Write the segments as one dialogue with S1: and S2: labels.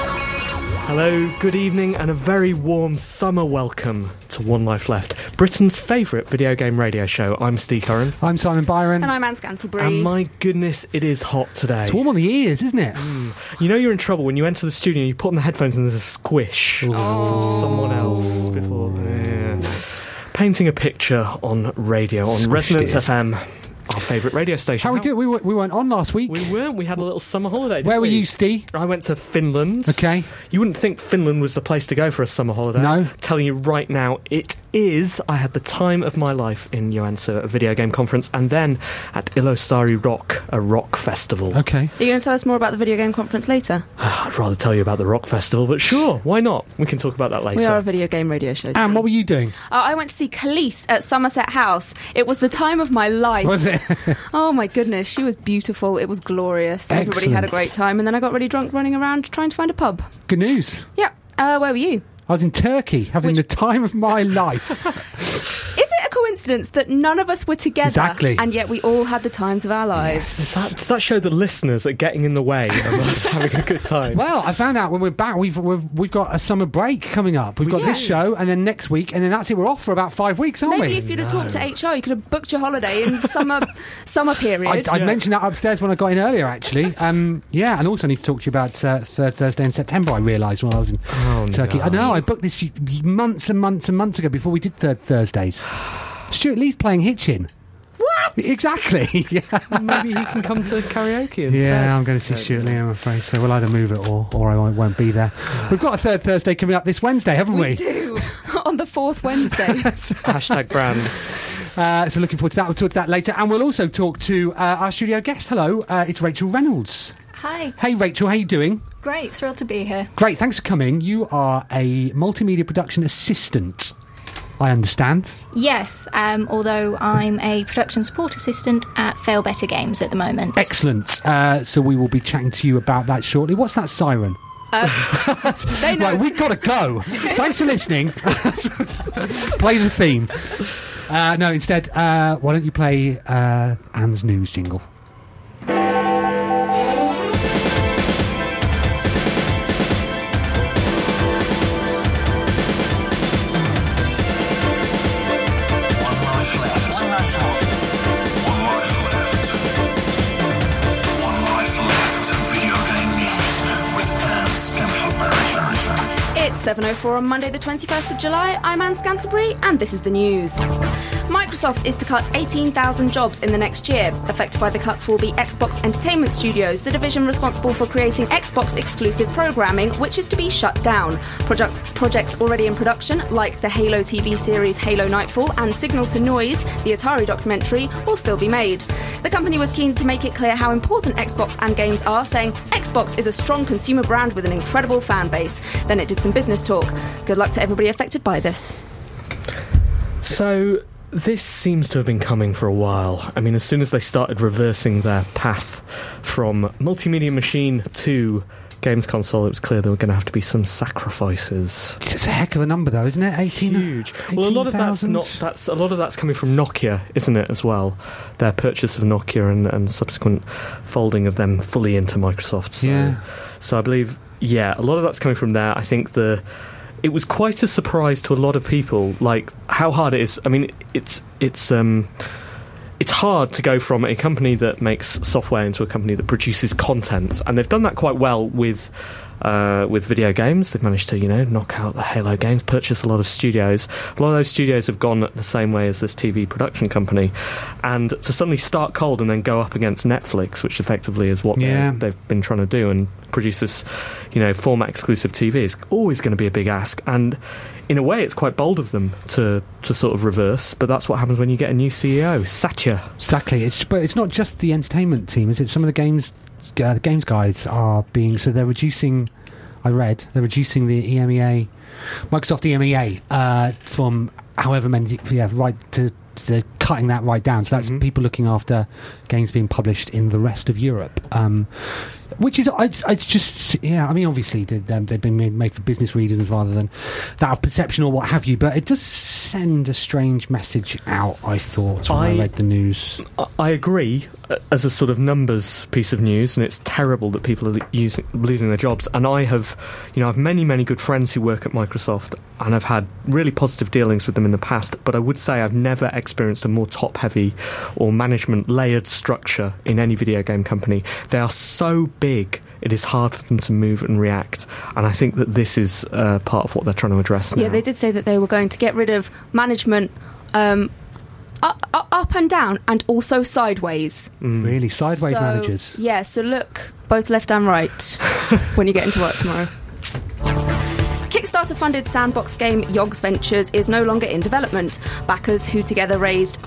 S1: Hello, good evening, and a very warm summer welcome to One Life Left, Britain's favourite video game radio show. I'm Steve Curran.
S2: I'm Simon Byron.
S3: And I'm Anne Scantlebury.
S1: And my goodness, it is hot today.
S2: it's warm on the ears, isn't it?
S1: You know you're in trouble when you enter the studio and you put on the headphones and there's a squish from someone else before. Yeah. Painting a picture on radio, on
S2: Squished
S1: Resonance
S2: it.
S1: FM, our favourite radio station.
S2: How we do? We were, we weren't on last week.
S1: We weren't. We had a little summer holiday. didn't
S2: Where were
S1: we?
S2: you, Steve?
S1: I went to Finland.
S2: Okay.
S1: You wouldn't think Finland was the place to go for a summer holiday.
S2: No.
S1: Telling you right now, it is. I had the time of my life in Joensuu at a video game conference and then at Ilosari Rock, a rock festival. Ah,
S2: Okay.
S3: Are you going to tell us more about the video game conference later?
S1: I'd rather tell you about the rock festival, but sure, why not? We can talk about that later.
S3: We are a video game radio show.
S2: And what were you doing?
S3: uh, I went to see Khalees at Somerset House. It was the time of my life.
S2: Was it?
S3: Oh my goodness, she was beautiful. It was glorious. Everybody had a
S2: Excellent.
S3: great time. And then I got really drunk running around trying to find a pub.
S2: Good news.
S3: Yeah. Uh, where were you?
S2: I was in Turkey having
S3: Which-
S2: the time of my life.
S3: Is it a coincidence that none of us were together
S2: Exactly.
S3: and yet we all had the times of our lives?
S1: Does that, does that show the listeners are getting in the way of us having a good time?
S2: well, I found out when we're back, we've, we've, we've got a summer break coming up. We've got this show, and then next week, and then that's it. We're off for about five weeks, aren't
S3: Maybe
S2: we?
S3: if you'd have talked to HR, you could have booked your holiday in summer summer period.
S2: I, I
S1: Yeah.
S2: mentioned that upstairs when I got in earlier, actually. Um, yeah, and also I need to talk to you about uh, third Thursday in September. I realised while I was in
S1: Oh,
S2: Turkey. I know I booked this y- months and months and months ago before we did third Thursdays. Stuart Lee's playing Hitchin. What? Exactly. yeah,
S1: Maybe he can come to karaoke instead.
S2: yeah I'm going to see Stuart Lee. I'm afraid so. We'll either move it or or I won't, won't be there. We've got a third Thursday coming up this Wednesday, haven't we?
S3: we do on the fourth Wednesday.
S1: Hashtag brands.
S2: Uh, so looking forward to that. We'll talk to that later, and we'll also talk to uh, our studio guest. Hello, uh, it's Rachel Reynolds.
S4: Hi,
S2: Hey, Rachel, how you doing?
S4: great, thrilled to be here.
S2: Great, thanks for coming. You are a multimedia production assistant, I understand.
S4: Yes, um, although I'm a production support assistant at Fail Better Games at the moment.
S2: Excellent. Uh, so we will be chatting to you about that shortly. What's that siren?
S3: Uh, they know.
S2: Right, we've got to go. thanks for listening. play the theme. Uh, no, instead, uh, why don't you play uh, Anne's news jingle?
S5: One life left. One life left. One life left. One life left. Video game news with Anne Scantleberry.
S3: It's 7.04 on Monday, the 21st of July. I'm Anne Scantlebury, and this is the news. Microsoft is to cut 18,000 jobs in the next year. Affected by the cuts will be Xbox Entertainment Studios, the division responsible for creating Xbox exclusive programming, which is to be shut down. Projects, projects already in production, like the Halo TV series Halo Nightfall and Signal to Noise, the Atari documentary, will still be made. The company was keen to make it clear how important Xbox and games are, saying, Xbox is a strong consumer brand with an incredible fan base. Then it did some business talk. Good luck to everybody affected by this.
S1: So this seems to have been coming for a while. I mean, as soon as they started reversing their path from multimedia machine to games console, it was clear there were going to have to be some sacrifices.
S2: It's a heck of a number, though, isn't it? 18.
S1: Huge. Well, a lot of that's
S2: 18,000?
S1: not. That's a lot of that's coming from Nokia, isn't it? As well, their purchase of Nokia and, and subsequent folding of them fully into Microsoft. So,
S2: Yeah.
S1: So I believe, yeah, a lot of that's coming from there. I think the it was quite a surprise to a lot of people, like how hard it is. I mean, it's it's um. It's hard to go from a company that makes software into a company that produces content, and they've done that quite well with uh, with video games. They've managed to, you know, knock out the Halo games, purchase a lot of studios. A lot of those studios have gone the same way as this TV production company. And to suddenly start cold and then go up against Netflix, which effectively is what they-
S2: Yeah.
S1: they've been trying to do, and produce this, you know, format exclusive TV is always going to be a big ask. And in a way, it's quite bold of them to, to sort of reverse, but that's what happens when you get a new CEO. Satya.
S2: Exactly. It's but it's not just the entertainment team, is it? Some of the games, uh, the games guys are being so they're reducing. I read they're reducing the E EMEA, Microsoft E EMEA uh, from however many. Yeah, right to they're cutting that right down. So that's people looking after games being published in the rest of Europe. Um, which is it's, it's just yeah i mean obviously they, um, they've been made, made for business reasons rather than that of perception or what have you but it does send a strange message out i thought when i,
S1: I-
S2: read the news
S1: I- I agree uh, as a sort of numbers piece of news, and it's terrible that people are using, losing their jobs. And I have, you know, I have many, many good friends who work at Microsoft, and I've had really positive dealings with them in the past. But I would say I've never experienced a more top-heavy or management layered structure in any video game company. They are so big. It is hard for them to move and react, and I think that this is uh, part of what they're trying to address.
S3: Yeah,
S1: now.
S3: they did say that they were going to get rid of management um, up, up and down and also sideways.
S2: really sideways
S3: So,
S2: managers
S3: Yeah, so look both left and right when you get into work tomorrow. Kickstarter funded sandbox game Yogg's Ventures is no longer in development. Backers who together raised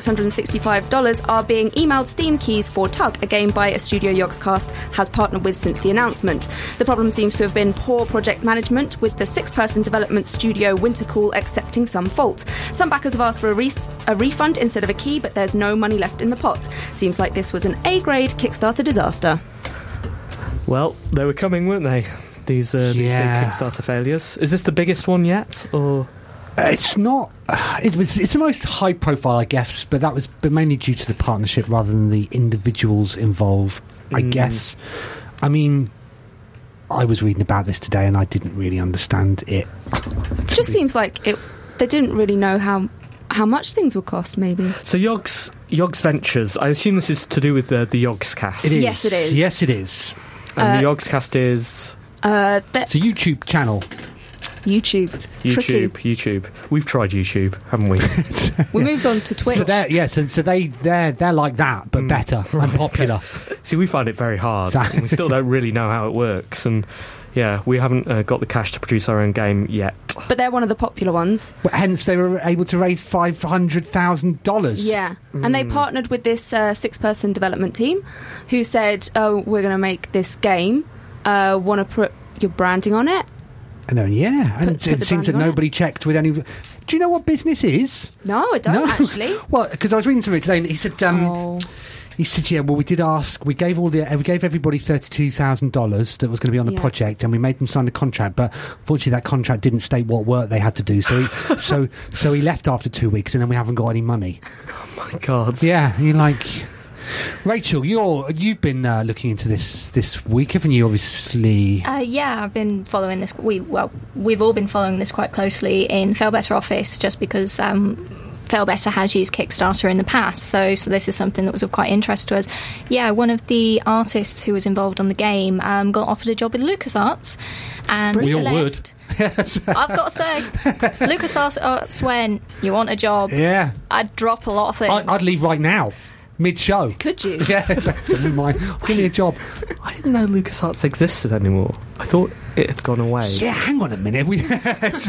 S3: $567,665 are being emailed Steam keys for Tug, a game by a studio Yogscast has partnered with since the announcement. The problem seems to have been poor project management, with the six person development studio Wintercool accepting some fault. Some backers have asked for a, re- a refund instead of a key, but there's no money left in the pot. Seems like this was an A grade Kickstarter disaster.
S1: Well, they were coming, weren't they? These, uh, these
S2: Yeah.
S1: big Kickstarter failures. Is this the biggest one yet, or
S2: It's not. It was. It's the most high profile, I guess, but that was but mainly due to the partnership rather than the individuals involved. I guess. I mean, I was reading about this today, and I didn't really understand it.
S3: It just seems like it. They didn't really know how how much things would cost. Maybe
S1: so? Yogs Yogs Ventures. I assume this is to do with the the Yogs cast.
S2: It is. Uh,
S3: Yes, it is.
S2: Yes, it is.
S1: And the Yogs cast is
S3: uh,
S2: It's
S3: that
S2: a YouTube channel.
S3: YouTube,
S1: YouTube.
S3: tricky.
S1: YouTube. We've tried YouTube, haven't we?
S3: We moved on to Twitch.
S2: So they're yeah. So, so they they're they're like that, but better and popular.
S1: See, we find it very hard.
S2: Exactly.
S1: and we still don't really know how it works, and yeah, we haven't uh, got the cash to produce our own game yet.
S3: but they're one of the popular ones.
S2: But hence, they were able to raise five hundred thousand dollars.
S3: Yeah, and they partnered with this uh, six-person development team, who said, "Oh, we're going to make this game. Uh, Want to put your branding on it?
S2: And then, yeah, and
S3: Put- put
S2: it
S3: the
S2: seems that
S3: branding on it.
S2: nobody checked with any. Do you know what business is?
S3: No, I don't actually.
S2: well, because I was reading something today, and he said, um,
S3: Oh.
S2: he said, yeah, well, we did ask, we gave all the, uh, we gave everybody thirty-two thousand dollars that was going to be on the
S3: Yeah.
S2: project, and we made them sign a contract, but fortunately, that contract didn't state what work they had to do, so, he, so, so he left after two weeks, and then we haven't got any money.
S1: My God.
S2: Yeah, and you're like. Rachel, you're you've been uh, looking into this this week, haven't you? Obviously,
S4: Uh, yeah, I've been following this. We well, we've all been following this quite closely in Fail Better Office, just because um, Fail Better has used Kickstarter in the past. So, so this is something that was of quite interest to us. Yeah, one of the artists who was involved on the game um, got offered a job with LucasArts, and
S2: We all
S4: left.
S2: would.
S4: I've got to say, LucasArts Arts when you want a job,
S2: yeah,
S4: I'd drop a lot of things.
S2: I, I'd leave right now, mid show.
S3: Could you?
S2: Yeah, it's absolutely mine. Give me a job.
S1: I didn't know LucasArts existed anymore. I thought it had gone away.
S2: Yeah, hang on a minute. We his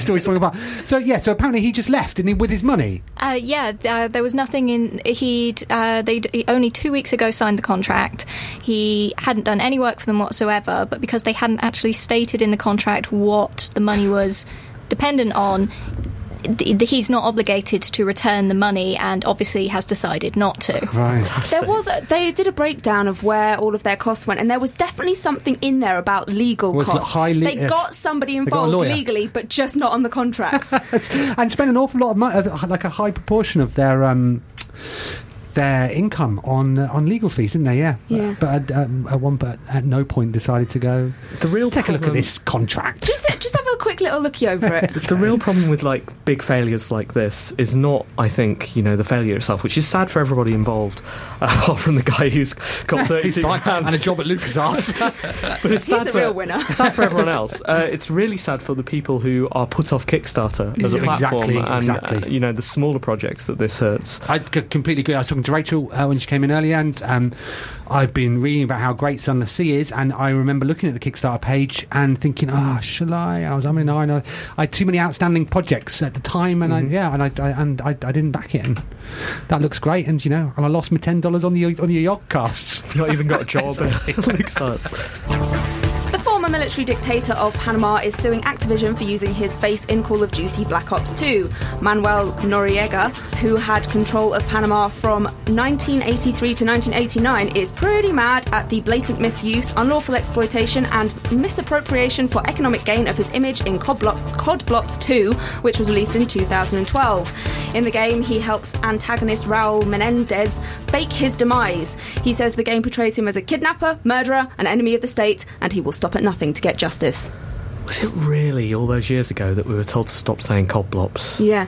S2: story's falling apart. So yeah, so apparently he just left, didn't he, with his money?
S4: Uh, yeah, uh, there was nothing in. He'd uh, they he only two weeks ago signed the contract. He hadn't done any work for them whatsoever, but because they hadn't actually stated in the contract what the money was dependent on, d- he's not obligated to return the money, and obviously has decided not to.
S2: Right.
S3: There was a, they did a breakdown of where all of their costs went, and there was definitely something in there about legal
S2: Was it
S3: costs.
S2: highly-
S3: they
S2: yes.
S3: got somebody
S2: got a
S3: involved
S2: lawyer.
S3: legally, but just not on the contracts.
S2: and spend an awful lot of money, like a high proportion of their um, their income on uh, on legal fees, didn't they? Yeah.
S3: Yeah.
S2: But at, um, at one, but at no point decided to go.
S1: The real
S2: Take a look at
S1: problem-
S2: this contract.
S3: just, just have a quick little lookie over it.
S1: The real problem with like big failures like this is not, I think, you know, the failure itself, which is sad for everybody involved, apart from the guy who's got
S2: He's
S1: thirty-two
S2: fine,
S1: grand.
S2: and a job at LucasArts.
S1: But it's
S3: He's
S1: sad
S3: a
S1: for-
S3: real winner.
S1: sad for everyone else. Uh, it's really sad for the people who are put off Kickstarter as a platform,
S2: Exactly,
S1: and
S2: exactly.
S1: Uh, you know the smaller projects that this hurts.
S2: I c- completely agree. I was talking to Rachel uh, when she came in earlier, and um, I've been reading about how great Sun the Sea is, and I remember looking at the Kickstarter page and thinking, "Ah, shall I?" And I was, "I'm in I had too many outstanding projects at the time, and I, yeah, and I, I and I, I didn't back it, and that looks great, and you know, and I lost my ten dollars on the on the casts.
S1: Not even got a job. Luke starts.
S3: The former military dictator of Panama is suing Activision for using his face in Call of Duty Black Ops 2. Manuel Noriega, who had control of Panama from 1983 to 1989, is pretty mad at the blatant misuse, unlawful exploitation, and misappropriation for economic gain of his image in Cod, Blo- Cod Blops 2, which was released in 2012. In the game, he helps antagonist Raul Menendez fake his demise. He says the game portrays him as a kidnapper, murderer, an enemy of the state, and he will stop at nothing to get justice.
S1: Was it really all those years ago that we were told to stop saying coblops?
S3: Yeah.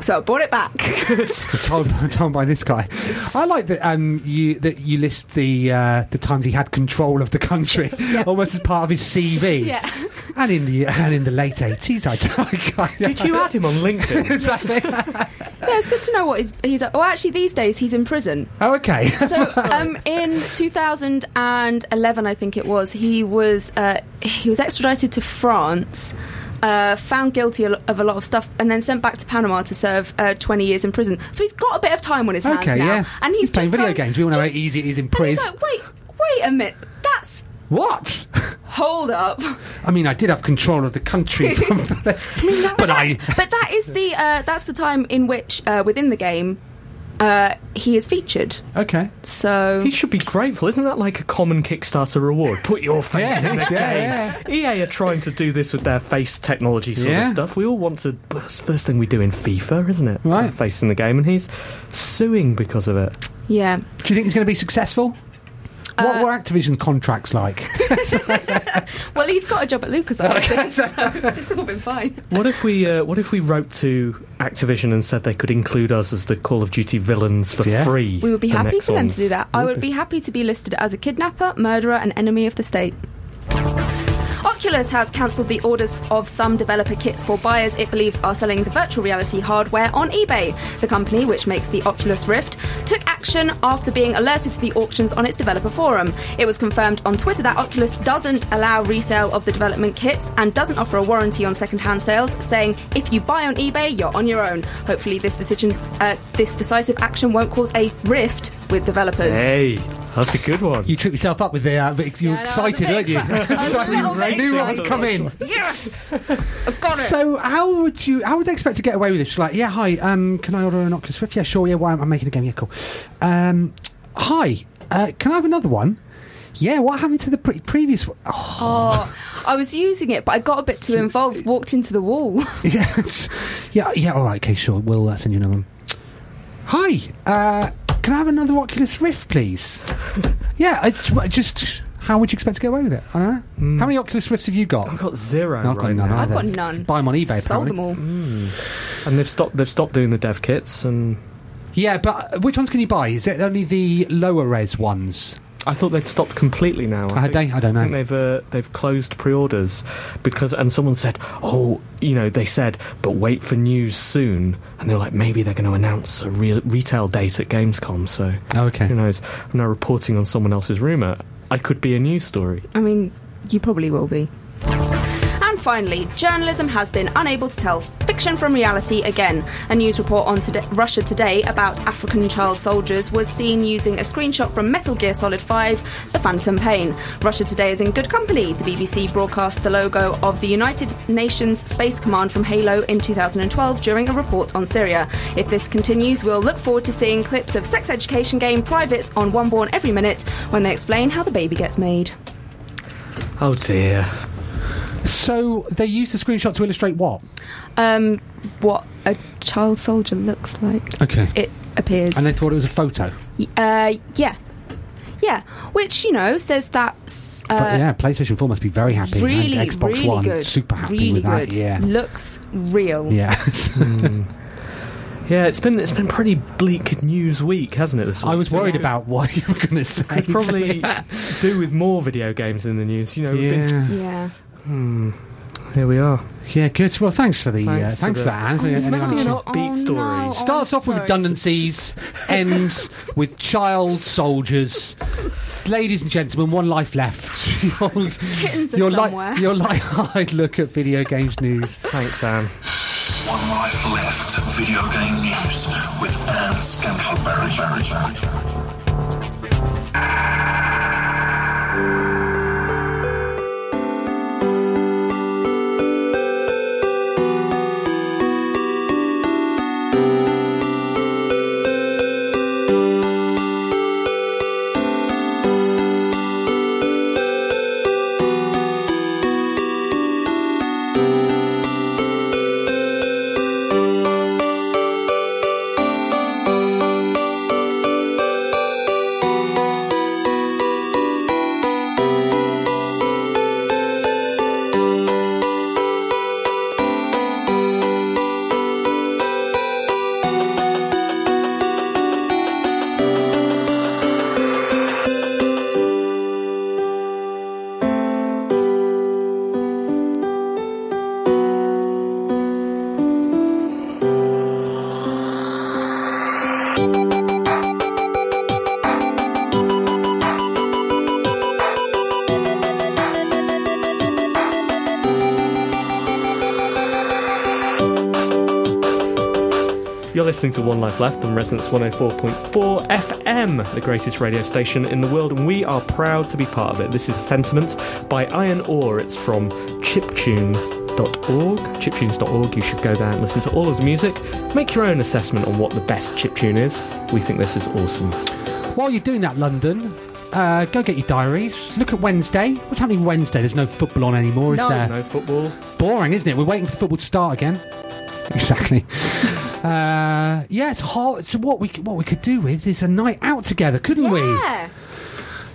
S3: so I brought it back.
S2: told, told by this guy. I like that um, you that you list the uh, the times he had control of the country, almost as part of his CV.
S3: Yeah.
S2: and in the and in the late eighties, I, I,
S1: Did you add him on LinkedIn?
S2: Exactly.
S3: yeah, it's good to know what he's. he's well, actually, these days he's in prison.
S2: Oh, okay.
S3: So um, in 2011, I think it was, he was uh, he was extradited to France. Uh, found guilty a lo- of a lot of stuff and then sent back to Panama to serve uh, 20 years in prison. So he's got a bit of time on his hands
S2: Okay,
S3: now.
S2: yeah.
S3: And he's,
S2: He's playing
S3: just
S2: video
S3: going-
S2: games. We all know how
S3: just-
S2: easy it is in
S3: and he's
S2: prison.
S3: like, wait, wait a minute. That's
S2: what?
S3: hold up.
S2: I mean, I did have control of the country, from, but I.
S3: But that is the uh, that's the time in which uh, within the game uh, he is featured.
S2: Okay.
S3: So
S1: He should be grateful. Isn't that like a common Kickstarter reward? Put your face in the
S2: Yes, yeah,
S1: game. EA are trying to do this with their face technology sort
S2: Yeah.
S1: of stuff. We all want to. but It's the first thing we do in FIFA, isn't it?
S2: Right.
S1: Face in the game, and he's suing because of it.
S3: yeah.
S2: Do you think it's going to be successful?
S3: Uh,
S2: what were Activision's contracts like?
S3: Well, he's got a job at LucasArts, so it's all been fine.
S1: What if we? Uh, what if we wrote to Activision and said they could include us as the Call of Duty villains for
S2: Yeah.
S1: free?
S3: We would be
S1: for
S3: happy
S1: next
S3: for them to
S1: ones?
S3: do that. I would be happy to be listed as a kidnapper, murderer, and enemy of the state. Oculus has cancelled the orders of some developer kits for buyers it believes are selling the virtual reality hardware on eBay. The company, which makes the Oculus Rift, took action after being alerted to the auctions on its developer forum. It was confirmed on Twitter that Oculus doesn't allow resale of the development kits and doesn't offer a warranty on secondhand sales, saying, if you buy on eBay, you're on your own. Hopefully, this decision, uh, this decisive action won't cause a rift with developers.
S1: Hey, that's a good one.
S2: You tripped yourself up with the. Uh, but you were
S3: Yeah, no, I was a
S2: excited,
S3: bit
S2: weren't you?
S3: exci- I was a little bit
S2: knew what was
S3: excited.
S2: coming.
S3: Yes! I've got it!
S2: So how would you? How would they expect to get away with this? Like, yeah, hi. Um, can I order an Oculus Rift? Yeah, sure. Yeah, why? I'm making a game. Yeah, cool. Um, hi. Uh, can I have another one? Yeah. What happened to the pre- previous one? Oh,
S3: Oh, I was using it, but I got a bit too involved, walked into the wall.
S2: yes. Yeah. Yeah. All right. Okay. Sure. We'll uh, send you another one. Hi. Uh, can I have another Oculus Rift, please? yeah. It's w- just. How would you expect to get away with it? I don't know. How many Oculus Rifts have you got?
S1: I've got 0
S2: No, I've got
S1: right
S2: none
S1: now.
S2: either.
S3: I've got none.
S2: Ah, Buy 'em on eBay,
S3: Sold them
S2: apparently.
S3: all.
S1: and they've stopped. They've stopped doing the dev kits, and
S2: Yeah, but uh, which ones can you buy? Is it only the lower res ones?
S1: I thought they'd stopped completely now. I
S2: Had
S1: think-
S2: they? I don't
S1: I think
S2: know.
S1: they've uh, they've closed pre-orders because, and someone said, "Oh, you know," they said, "But wait for news soon." And they're like, maybe they're going to announce a real retail date at Gamescom. So
S2: Oh, Okay.
S1: who knows? I'm now reporting on someone else's rumor. I could be a news story.
S3: I mean, you probably will be. And finally, journalism has been unable to tell fiction from reality again. A news report on today, Russia Today about African child soldiers was seen using a screenshot from Metal Gear Solid 5 The Phantom Pain. Russia Today is in good company. The BBC broadcast the logo of the United Nations Space Command from Halo in 2012 during a report on Syria. If this continues, we'll look forward to seeing clips of sex education game privates on Oneborn every minute when they explain how the baby gets made.
S1: Oh dear.
S2: So they use the screenshot to illustrate what?
S3: Um, what a child soldier looks like.
S2: Okay.
S3: It appears.
S2: And they thought it was a photo.
S3: Uh, yeah. Yeah. Which, you know, says that.
S2: Fo-
S3: Uh,
S2: yeah, PlayStation 4 must be very happy.
S3: Really,
S2: and Xbox
S3: really
S2: One,
S3: good.
S2: super happy
S3: really
S2: with that.
S3: good.
S2: Yeah.
S3: Looks real.
S2: Yeah.
S1: Mm. Yeah, it's been it's been pretty bleak news week, hasn't it? This
S2: I
S1: week?
S2: was worried about what you were going to say.
S1: Could probably do with more video games in the news. You know, we've been-
S2: Yeah.
S3: Yeah.
S1: here we are.
S2: Yeah, good. Well, thanks for the.
S1: Thanks
S2: Thanks,
S1: for
S2: uh, thanks
S1: the-
S2: for that, Anthony.
S1: it's
S2: Any
S1: meant to be
S2: other-
S1: an
S3: Oh,
S1: upbeat story.
S2: Starts off with redundancies, ends with child soldiers. Ladies and gentlemen, one life left. your
S3: Kittens are
S2: your,
S3: somewhere.
S2: light, your light-eyed look at video games news.
S1: Thanks, Anne.
S5: One Life Left Video Game News with Anne Scantleberry.
S1: You're listening to One oh Life Left on Resonance 104.4 FM, the greatest radio station in the world, and we are proud to be part of it. This is Sentiment by Iron Ore. It's from chiptune.org. Chiptunes.org. You should go there and listen to all of the music. Make your own assessment on what the best chiptune is. We think this is awesome.
S2: While you're doing that, London, uh, go get your diaries. Look at Wednesday. What's happening Wednesday? There's no football on anymore, is there?
S1: No football.
S2: Boring, isn't it? We're waiting for football to start again. Exactly. uh, yeah, it's hot. So what we c- what we could do with is a night out together, couldn't we?
S3: Yeah.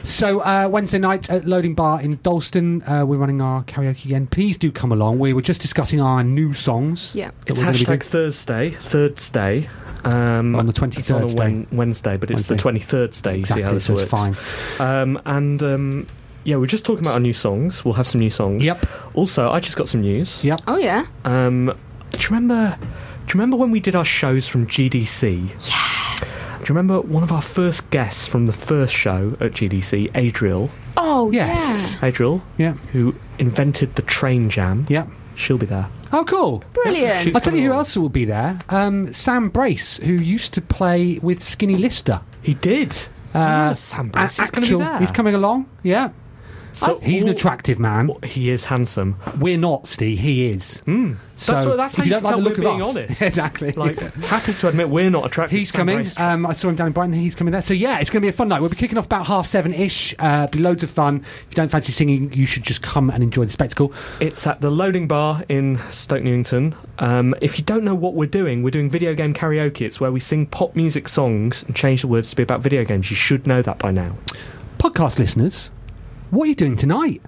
S2: So uh, Wednesday night at Loading Bar in Dalston, uh, we're running our karaoke again. Please do come along. We were just discussing our new songs.
S3: Yeah.
S2: that
S1: It's
S2: we're gonna be
S1: hashtag
S2: doing.
S1: Thursday, third stay. Um,
S2: On the
S1: it's on a
S2: 23rd
S1: Wen- Wednesday, but it's the
S2: Wednesday.
S1: 23rd stay. You see how
S2: Exactly,
S1: this
S2: so
S1: works.
S2: it's fine.
S1: Um, and um, yeah, we're just talking about our new songs. We'll have some new songs.
S2: Yep.
S1: Also, I just got some news.
S2: Yep.
S3: Oh, yeah.
S1: Um, do you remember? Do you remember when we did our shows from GDC? Yeah. Do you remember one of our first guests from the first show at GDC, Adriel?
S3: Oh,
S2: Yes.
S3: yeah.
S1: Adriel,
S2: Yeah.
S1: who invented the train jam.
S2: Yep.
S1: She'll be there.
S2: Oh, cool.
S3: Brilliant.
S1: She's
S2: I'll tell you
S1: coming
S2: who
S1: along.
S2: else will be there. Um, Sam Brace, who used to play with Skinny Lister.
S1: He did.
S2: Uh,
S1: Ah, Sam
S2: an
S1: Brace is gonna be
S2: actual-
S1: there.
S2: He's coming along. Yeah.
S1: So
S2: he's an
S1: all-
S2: attractive man.
S1: He is handsome.
S2: We're not, Steve. He is. Mm. So
S1: Hmm. That's what- that's
S2: if
S1: how you
S2: don't
S1: can
S2: like
S1: tell
S2: the
S1: we're
S2: look of
S1: being
S2: us-
S1: honest.
S2: exactly.
S1: Like, happy to admit we're not attracted.
S2: He's
S1: to Sam
S2: coming.
S1: Brace.
S2: Um, I saw him down in Brighton. He's coming there. So yeah, it's going to be a fun night. We'll be kicking off about half seven ish. Uh, be loads of fun. If you don't fancy singing, you should just come and enjoy the spectacle.
S1: It's at the Loading Bar in Stoke Newington. Um, if you don't know what we're doing, we're doing video game karaoke. It's where we sing pop music songs and change the words to be about video games. You should know that by now.
S2: Podcast listeners, what are you doing tonight?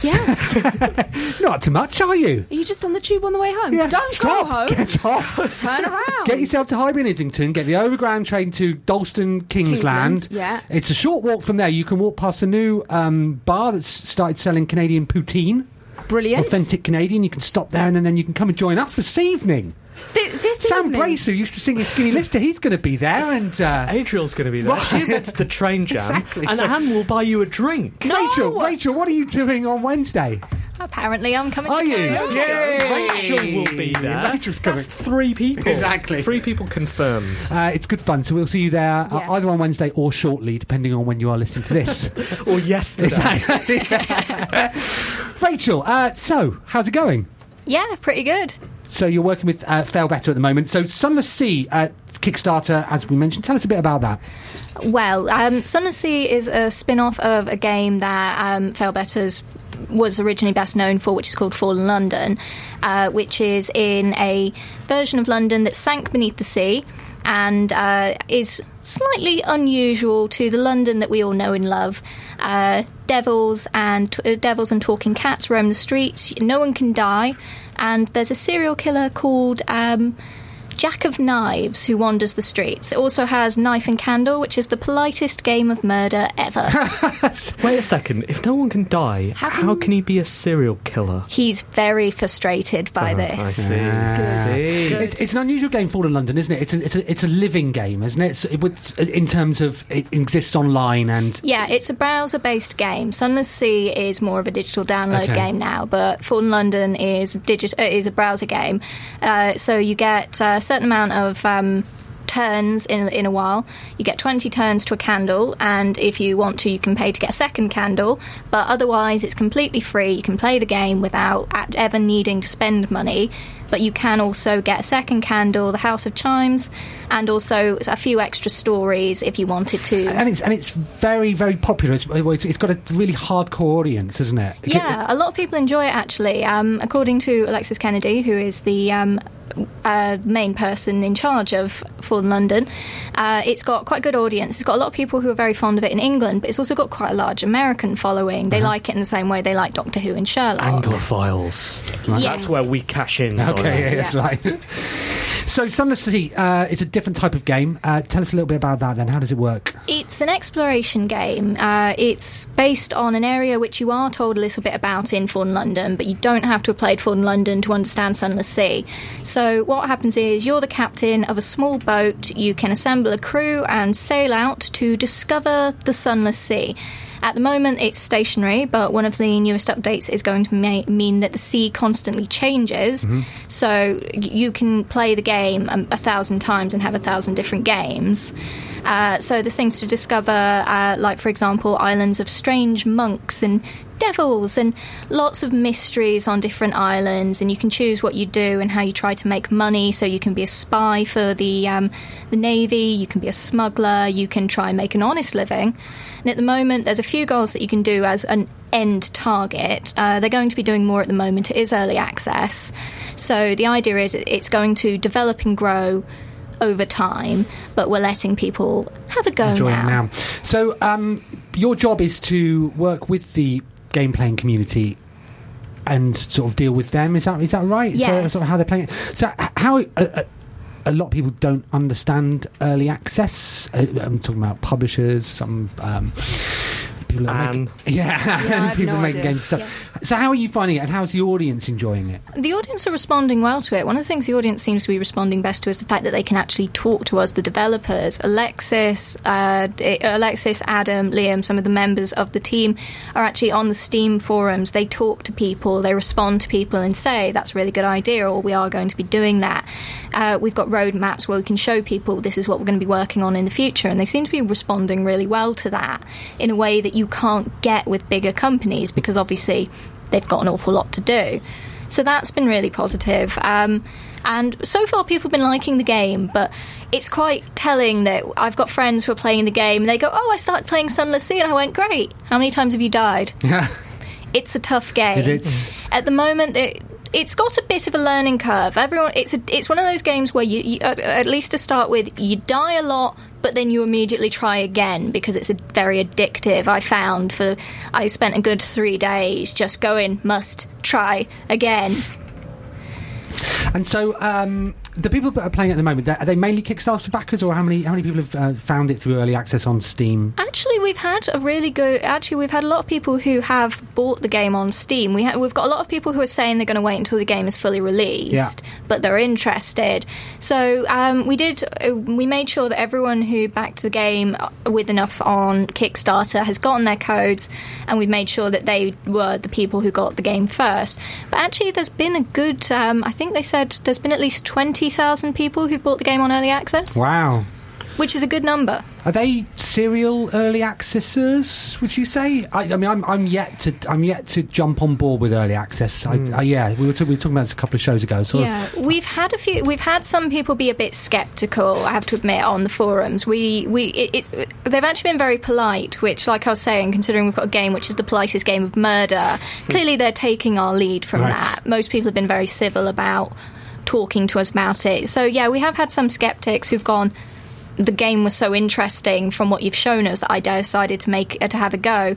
S3: Yeah.
S2: You're not up to much, are you?
S3: Are you just on the tube on the way home?
S2: Yeah.
S3: Don't
S2: Stop.
S3: go home.
S2: Get off.
S3: Turn around.
S2: Get yourself to Highbury and Islington. Get the overground train to Dalston, Kingsland.
S3: Kingsland, yeah.
S2: It's a short walk from there. You can walk past a new um, bar that's started selling Canadian poutine.
S3: Brilliant.
S2: Authentic Canadian. You can stop there and then, then you can come and join us this evening.
S3: Th- this
S2: Sam
S3: evening.
S2: Brace, who used to sing in Skinny Lister, he's going to be there. And uh,
S1: Adriel's going to be there.
S2: Right.
S1: She invented the train jam,
S2: Exactly,
S1: and
S2: so-
S1: Anne will buy you a drink.
S2: Rachel, Rachel, what are you doing on Wednesday?
S4: Apparently, I'm coming
S2: Are
S4: to
S2: you?
S4: karaoke.
S2: Yay!
S1: Rachel will be there.
S2: Rachel's coming.
S1: That's three people.
S2: Exactly.
S1: Three people confirmed.
S2: Uh, it's good fun. So we'll see you there uh,
S4: Yes.
S2: either on Wednesday or shortly, depending on when you are listening to this.
S1: Or yesterday.
S2: exactly. Rachel, uh, so how's it going?
S4: Yeah, pretty good.
S2: So you're working with uh, Fail Better at the moment. So Summer Sea uh, Kickstarter, as we mentioned. Tell us a bit about that.
S4: Well, um, Sun and Sea is a spin off of a game that um, Fail Better's was originally best known for, which is called Fallen London, uh, which is in a version of London that sank beneath the sea and uh, is slightly unusual to the London that we all know and love. Uh, devils and uh, devils and talking cats roam the streets. No one can die, and there's a serial killer called. Um, Jack of Knives who wanders the streets. It also has Knife and Candle, which is the politest game of murder ever.
S1: Wait a second. If no one can die, how can, he be a serial killer?
S4: He's very frustrated by
S1: Oh, I
S4: this.
S1: see.
S2: It's, it's an unusual game, Fallen London, isn't it? It's a, it's a, it's a living game, isn't it? So it would- in terms of it exists online and
S4: Yeah, it's a browser based game. Sunless Sea is more of a digital download
S2: Okay.
S4: game now, but Fallen London is digit- uh, is a browser game. Uh, so you get a certain amount of um, turns in, in a while. You get 20 turns to a candle, and if you want to, you can pay to get a second candle, but otherwise, it's completely free. You can play the game without at- ever needing to spend money. But you can also get a second candle, the House of Chimes, and also a few extra stories if you wanted to.
S2: and it's and it's very very popular. It's, well, it's, it's got a really hardcore audience, isn't it?
S4: Yeah, a lot of people enjoy it actually. Um, according to Alexis Kennedy, who is the um, uh, main person in charge of Fallen London, uh, it's got quite a good audience. It's got a lot of people who are very fond of it in England, but it's also got quite a large American following. They like it in the same way they like Doctor Who and Sherlock.
S1: Anglophiles.
S4: Yes.
S1: That's where we cash in.
S2: Okay, yeah,
S1: Simon.
S2: that's right. so, Summer City uh, is a different type of game. Uh, tell us a little bit about that. Then, how does it work?
S4: It's an exploration game. Uh, it's based on an area which you are told a little bit about in Fallen London, but you don't have to have played Fallen London to understand Sunless Sea. So, what happens is you're the captain of a small boat, you can assemble a crew and sail out to discover the Sunless Sea. At the moment, it's stationary, but one of the newest updates is going to ma- mean that the sea constantly changes. So y- you can play the game um, a thousand times and have a thousand different games. Uh, so there's things to discover, uh, like, for example, islands of strange monks and devils and lots of mysteries on different islands and you can choose what you do and how you try to make money so you can be a spy for the um, the navy you can be a smuggler you can try and make an honest living and at the moment there's a few goals that you can do as an end target uh, they're going to be doing more at the moment it is early access so the idea is it- it's going to develop and grow over time but we're letting people have a go
S6: Oh,
S2: Enjoy it now. So, um, your job is to work with the game playing community and sort of deal with them. Is that is that right? So,
S4: Yes.
S2: sort of how they're playing. it. So, h- how. A, a, a lot of people don't understand early access. Uh, I'm talking about publishers, some um, people that make-
S1: Anne.
S2: yeah,
S6: Yeah, I have
S2: people
S6: no
S2: making
S6: idea.
S2: games stuff. So, how are you finding it, and how's the audience enjoying it?
S4: The audience are responding well to it. One of the things the audience seems to be responding best to is the fact that they can actually talk to us, the developers. Alexis, uh, eh, Alexis, Adam, Liam, some of the members of the team are actually on the Steam forums. They talk to people, they respond to people, and say that's a really good idea, or we are going to be doing that. Uh, we've got roadmaps where we can show people this is what we're going to be working on in the future, and they seem to be responding really well to that in a way that you can't get with bigger companies because obviously they've got an awful lot to do. So that's been really positive. Um, and so far, people have been liking the game, but it's quite telling that I've got friends who are playing the game and they go, Oh, I started playing Sunless Sea and I went, Great. How many times have you died?
S2: Yeah,
S4: It's a tough game.
S2: Is it-
S4: At the moment, it, it's got a bit of a learning curve. Everyone, it's a, it's one of those games where you, you at- at least to start with, you die a lot, but then you immediately try again because it's a very addictive. I found for I spent a good three days just going must try again.
S2: and so um, the people that are playing at the moment they're- are they mainly Kickstarter backers, or how many how many people have uh, found it through early access on Steam?
S4: Actually, we we've had a really good. Actually, we've had a lot of people who have bought the game on Steam. We ha- we've got a lot of people who are saying they're going to wait until the game is fully released,
S2: Yeah.
S4: but they're interested. So um, we did. Uh, we made sure that everyone who backed the game uh, with enough on Kickstarter has gotten their codes, and we've made sure that they were the people who got the game first. But actually, there's been a good. Um, I think they said there's been at least twenty thousand people who bought the game on early access,
S2: Wow.
S4: which is a good number.
S2: Are they serial early accessors? Would you say? I, I mean, I'm, I'm yet to I'm yet to jump on board with early access. I, I, yeah, we were, t- we were talking about this a couple of shows ago. Sort
S4: Yeah, we've had a few. We've had some people be a bit sceptical. I have to admit on the forums. We we it, it, they've actually been very polite. Which, like I was saying, considering we've got a game which is the politest game of murder, clearly they're taking our lead from
S2: Hmm. Right.
S4: that. Most people have been very civil about talking to us about it. So yeah, we have had some skeptics who've gone. The game was so interesting from what you've shown us that I decided to make uh, to have a go.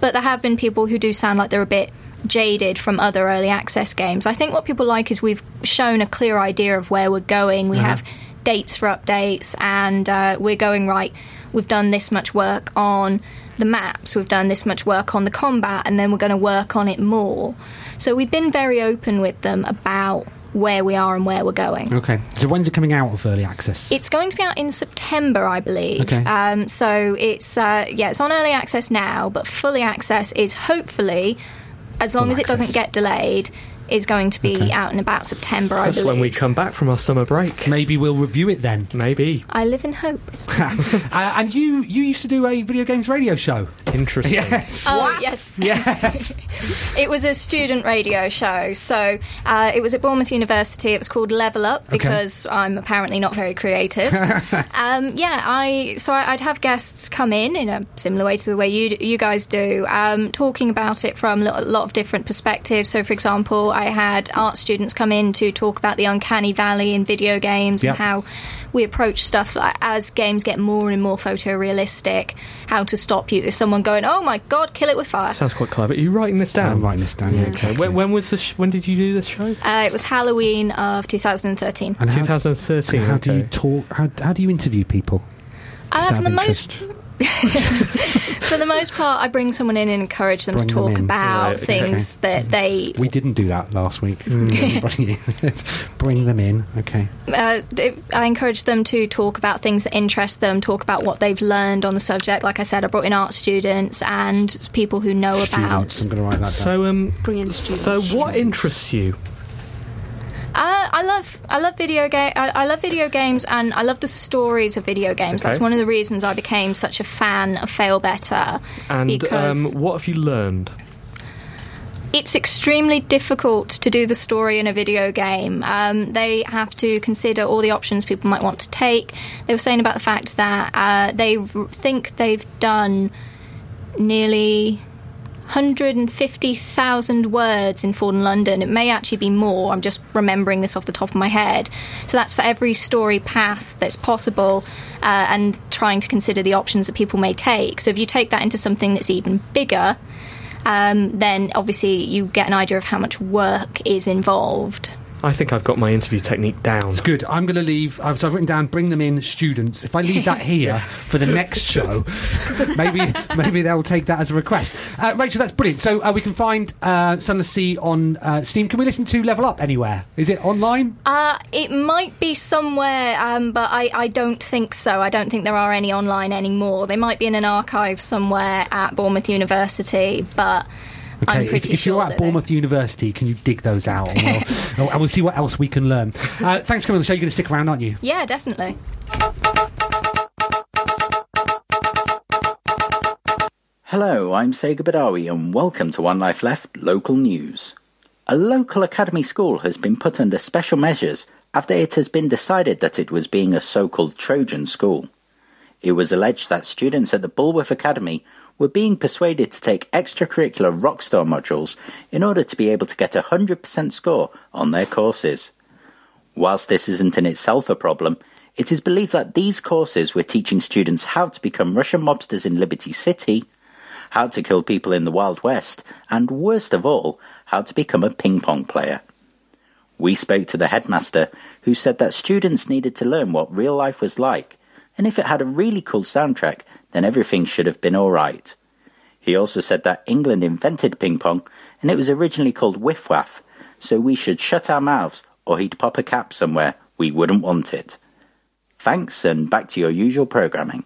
S4: But there have been people who do sound like they're a bit jaded from other early access games. I think what people like is we've shown a clear idea of where we're going. We have dates for updates, and uh, we're going right. We've done this much work on the maps, we've done this much work on the combat, and then we're going to work on it more. So we've been very open with them about where we are and where we're going.
S2: of. Okay. So when's it coming out of early access?
S4: It's going to be out in September, I believe.
S2: Okay.
S4: Um, so it's uh, yeah, it's on early access now, but fully access is hopefully, as long
S2: Full
S4: as it doesn't
S2: access.
S4: get delayed, is going to be
S2: Okay.
S4: out in about September. I
S1: That's
S4: believe.
S1: when we come back from our summer break.
S2: Maybe we'll review it then.
S1: Maybe.
S4: I live in hope.
S2: uh, and you you used to do a video games radio show.
S1: Interesting.
S4: Oh yes, it was a student radio show, so uh, it was at Bournemouth University. It was called Level Up because I'm apparently not very creative. um, yeah, I so I, I'd have guests come in in a similar way to the way you d- you guys do, um, talking about it from a lo- lot of different perspectives. So, for example, I had art students come in to talk about the uncanny valley in video games
S2: Yep.
S4: and how we approach stuff like as games get more and more photorealistic, how to stop you if someone going, "Oh my god, kill it with fire."
S1: Sounds quite clever. Are you writing this down?
S2: I'm writing this down. Yeah.
S1: Okay. When, when was this? Sh- when did you do this show?
S4: Uh, it was Halloween of 2013.
S2: And how,
S1: 2013.
S2: how do you
S1: okay.
S2: talk? How, how do you interview people? Just
S4: Uh,
S2: out
S4: for
S2: of
S4: the most
S2: interest.
S4: for the most part, I bring someone in and encourage them
S2: Bring
S4: to
S2: them
S4: talk
S2: in. Mm-hmm.
S4: about
S1: Right, okay.
S4: things that they.
S2: We didn't do that last week. Bring them in. Okay.
S4: Uh, it- I encourage them to talk about things that interest them, talk about what they've learned on the subject. Like I said, I brought in art students and people who know
S2: Students. I'm
S4: about.
S2: going to write that down.
S1: So um.
S3: Bring in
S1: So
S3: students.
S1: what interests you?
S4: Uh, I love I love video game I, I love video games and I love the stories of video games. That's
S1: Okay.
S4: one of the reasons I became such a fan of Fail Better.
S1: And
S4: because
S1: um, what have you learned?
S4: It's extremely difficult to do the story in a video game. Um, they have to consider all the options people might want to take. They were saying about the fact that uh, they r- think they've done nearly 150,000 words in Ford and London. It may actually be more. I'm just remembering this off the top of my head. So that's for every story path that's possible uh, and trying to consider the options that people may take. So if you take that into something that's even bigger, um, then obviously you get an idea of how much work is involved.
S1: I think I've got my interview technique down.
S2: Good. I'm going to leave. I've, so I've written down. Bring them in, students. If I leave that here for the next show, maybe maybe they'll take that as a request. Uh, Rachel, that's brilliant. So uh, we can find uh, Sunless Sea on uh, Steam. Can we listen to Level Up anywhere? Is it online?
S4: Uh, it might be somewhere, um, but I, I don't think so. I don't think there are any online anymore. They might be in an archive somewhere at Bournemouth University, but I'm
S2: if-
S4: pretty
S2: if,
S4: sure.
S2: you're at
S4: that they-
S2: Bournemouth University, can you dig those out, and we'll, and we'll see what else we can learn. Uh, thanks for coming on the show. You're going to stick around, aren't you?
S4: Yeah, definitely.
S6: Hello, I'm Sega Badawi, and welcome to One Life Left Local News. A local academy school has been put under special measures after it has been decided that it was being a so called Trojan school. It was alleged that students at the Bulworth Academy were being persuaded to take extracurricular Rockstar modules in order to be able to get a 100% score on their courses. Whilst this isn't in itself a problem, it is believed that these courses were teaching students how to become Russian mobsters in Liberty City, how to kill people in the Wild West, and worst of all, how to become a ping pong player. We spoke to the headmaster, who said that students needed to learn what real life was like, and if it had a really cool soundtrack, then everything should have been alright. He also said that England invented ping pong and it was originally called whiff waff, so we should shut our mouths or he'd pop a cap somewhere we wouldn't want it. Thanks and back to your usual programming.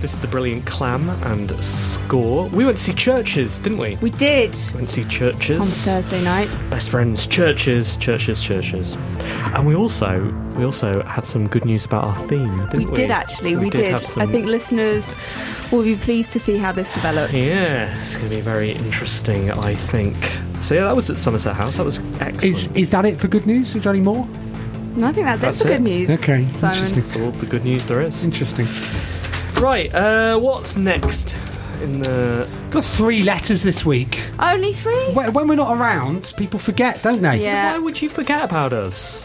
S1: This is the brilliant Clam and Score. We went to see Churches, didn't we? We
S3: We did
S1: went to see Churches.
S3: on Thursday night.
S1: Best friends, churches, churches, churches. And we also we also had some good news about our theme, didn't we?
S3: We did actually. We, did.
S1: have some-
S3: I think listeners will be pleased to see how this develops.
S1: Yeah, it's going to be very interesting, I think. So yeah, that was at Somerset House. That was excellent.
S2: Is is that it for good news? Is there any more?
S3: And I think that's,
S1: That's
S3: it for
S1: it.
S3: good news.
S2: Okay,
S3: Simon.
S1: That's all the good news there is.
S2: Interesting.
S1: Right, uh, what's next in the?
S2: Got three letters this week.
S3: Only three?
S2: When when we're not around, people forget, don't they?
S1: Why
S3: Yeah.
S1: would you forget about us?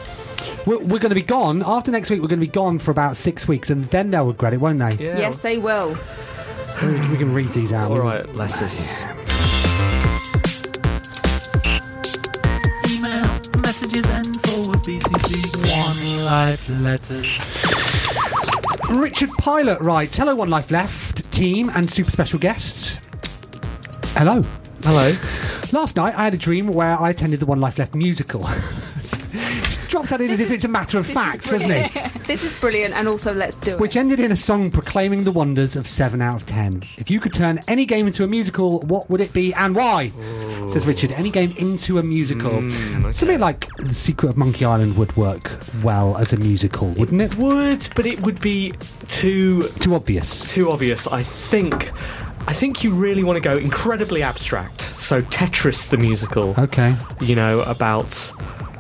S2: We're, we're going to be gone after next week. We're going to be gone for about six weeks, and then they'll regret it, won't they?
S1: Yeah.
S3: Yes, they will.
S2: We, can- we can read these out.
S1: All right, letters.
S7: email messages and forward BCC. One life letters.
S2: Richard Pilot writes, "Hello, One Life Left team and super special guests. Hello.
S1: Hello.
S2: Last night I had a dream where I attended the One Life Left musical. It Drops that in as if it's a matter of
S3: this is
S2: fact, doesn't it?
S3: brilliant. This is brilliant, and also let's do
S2: Which
S3: it.
S2: ended in a song proclaiming the wonders of 7 out of 10. If you could turn any game into a musical, what would it be and why? Says Richard, any game into a musical. Something like The Secret of Monkey Island would work well as a musical, wouldn't it?
S1: Would, but it would be too
S2: Too obvious.
S1: too obvious. I think. I think you really want to go incredibly abstract. So Tetris the musical.
S2: Okay.
S1: you know, about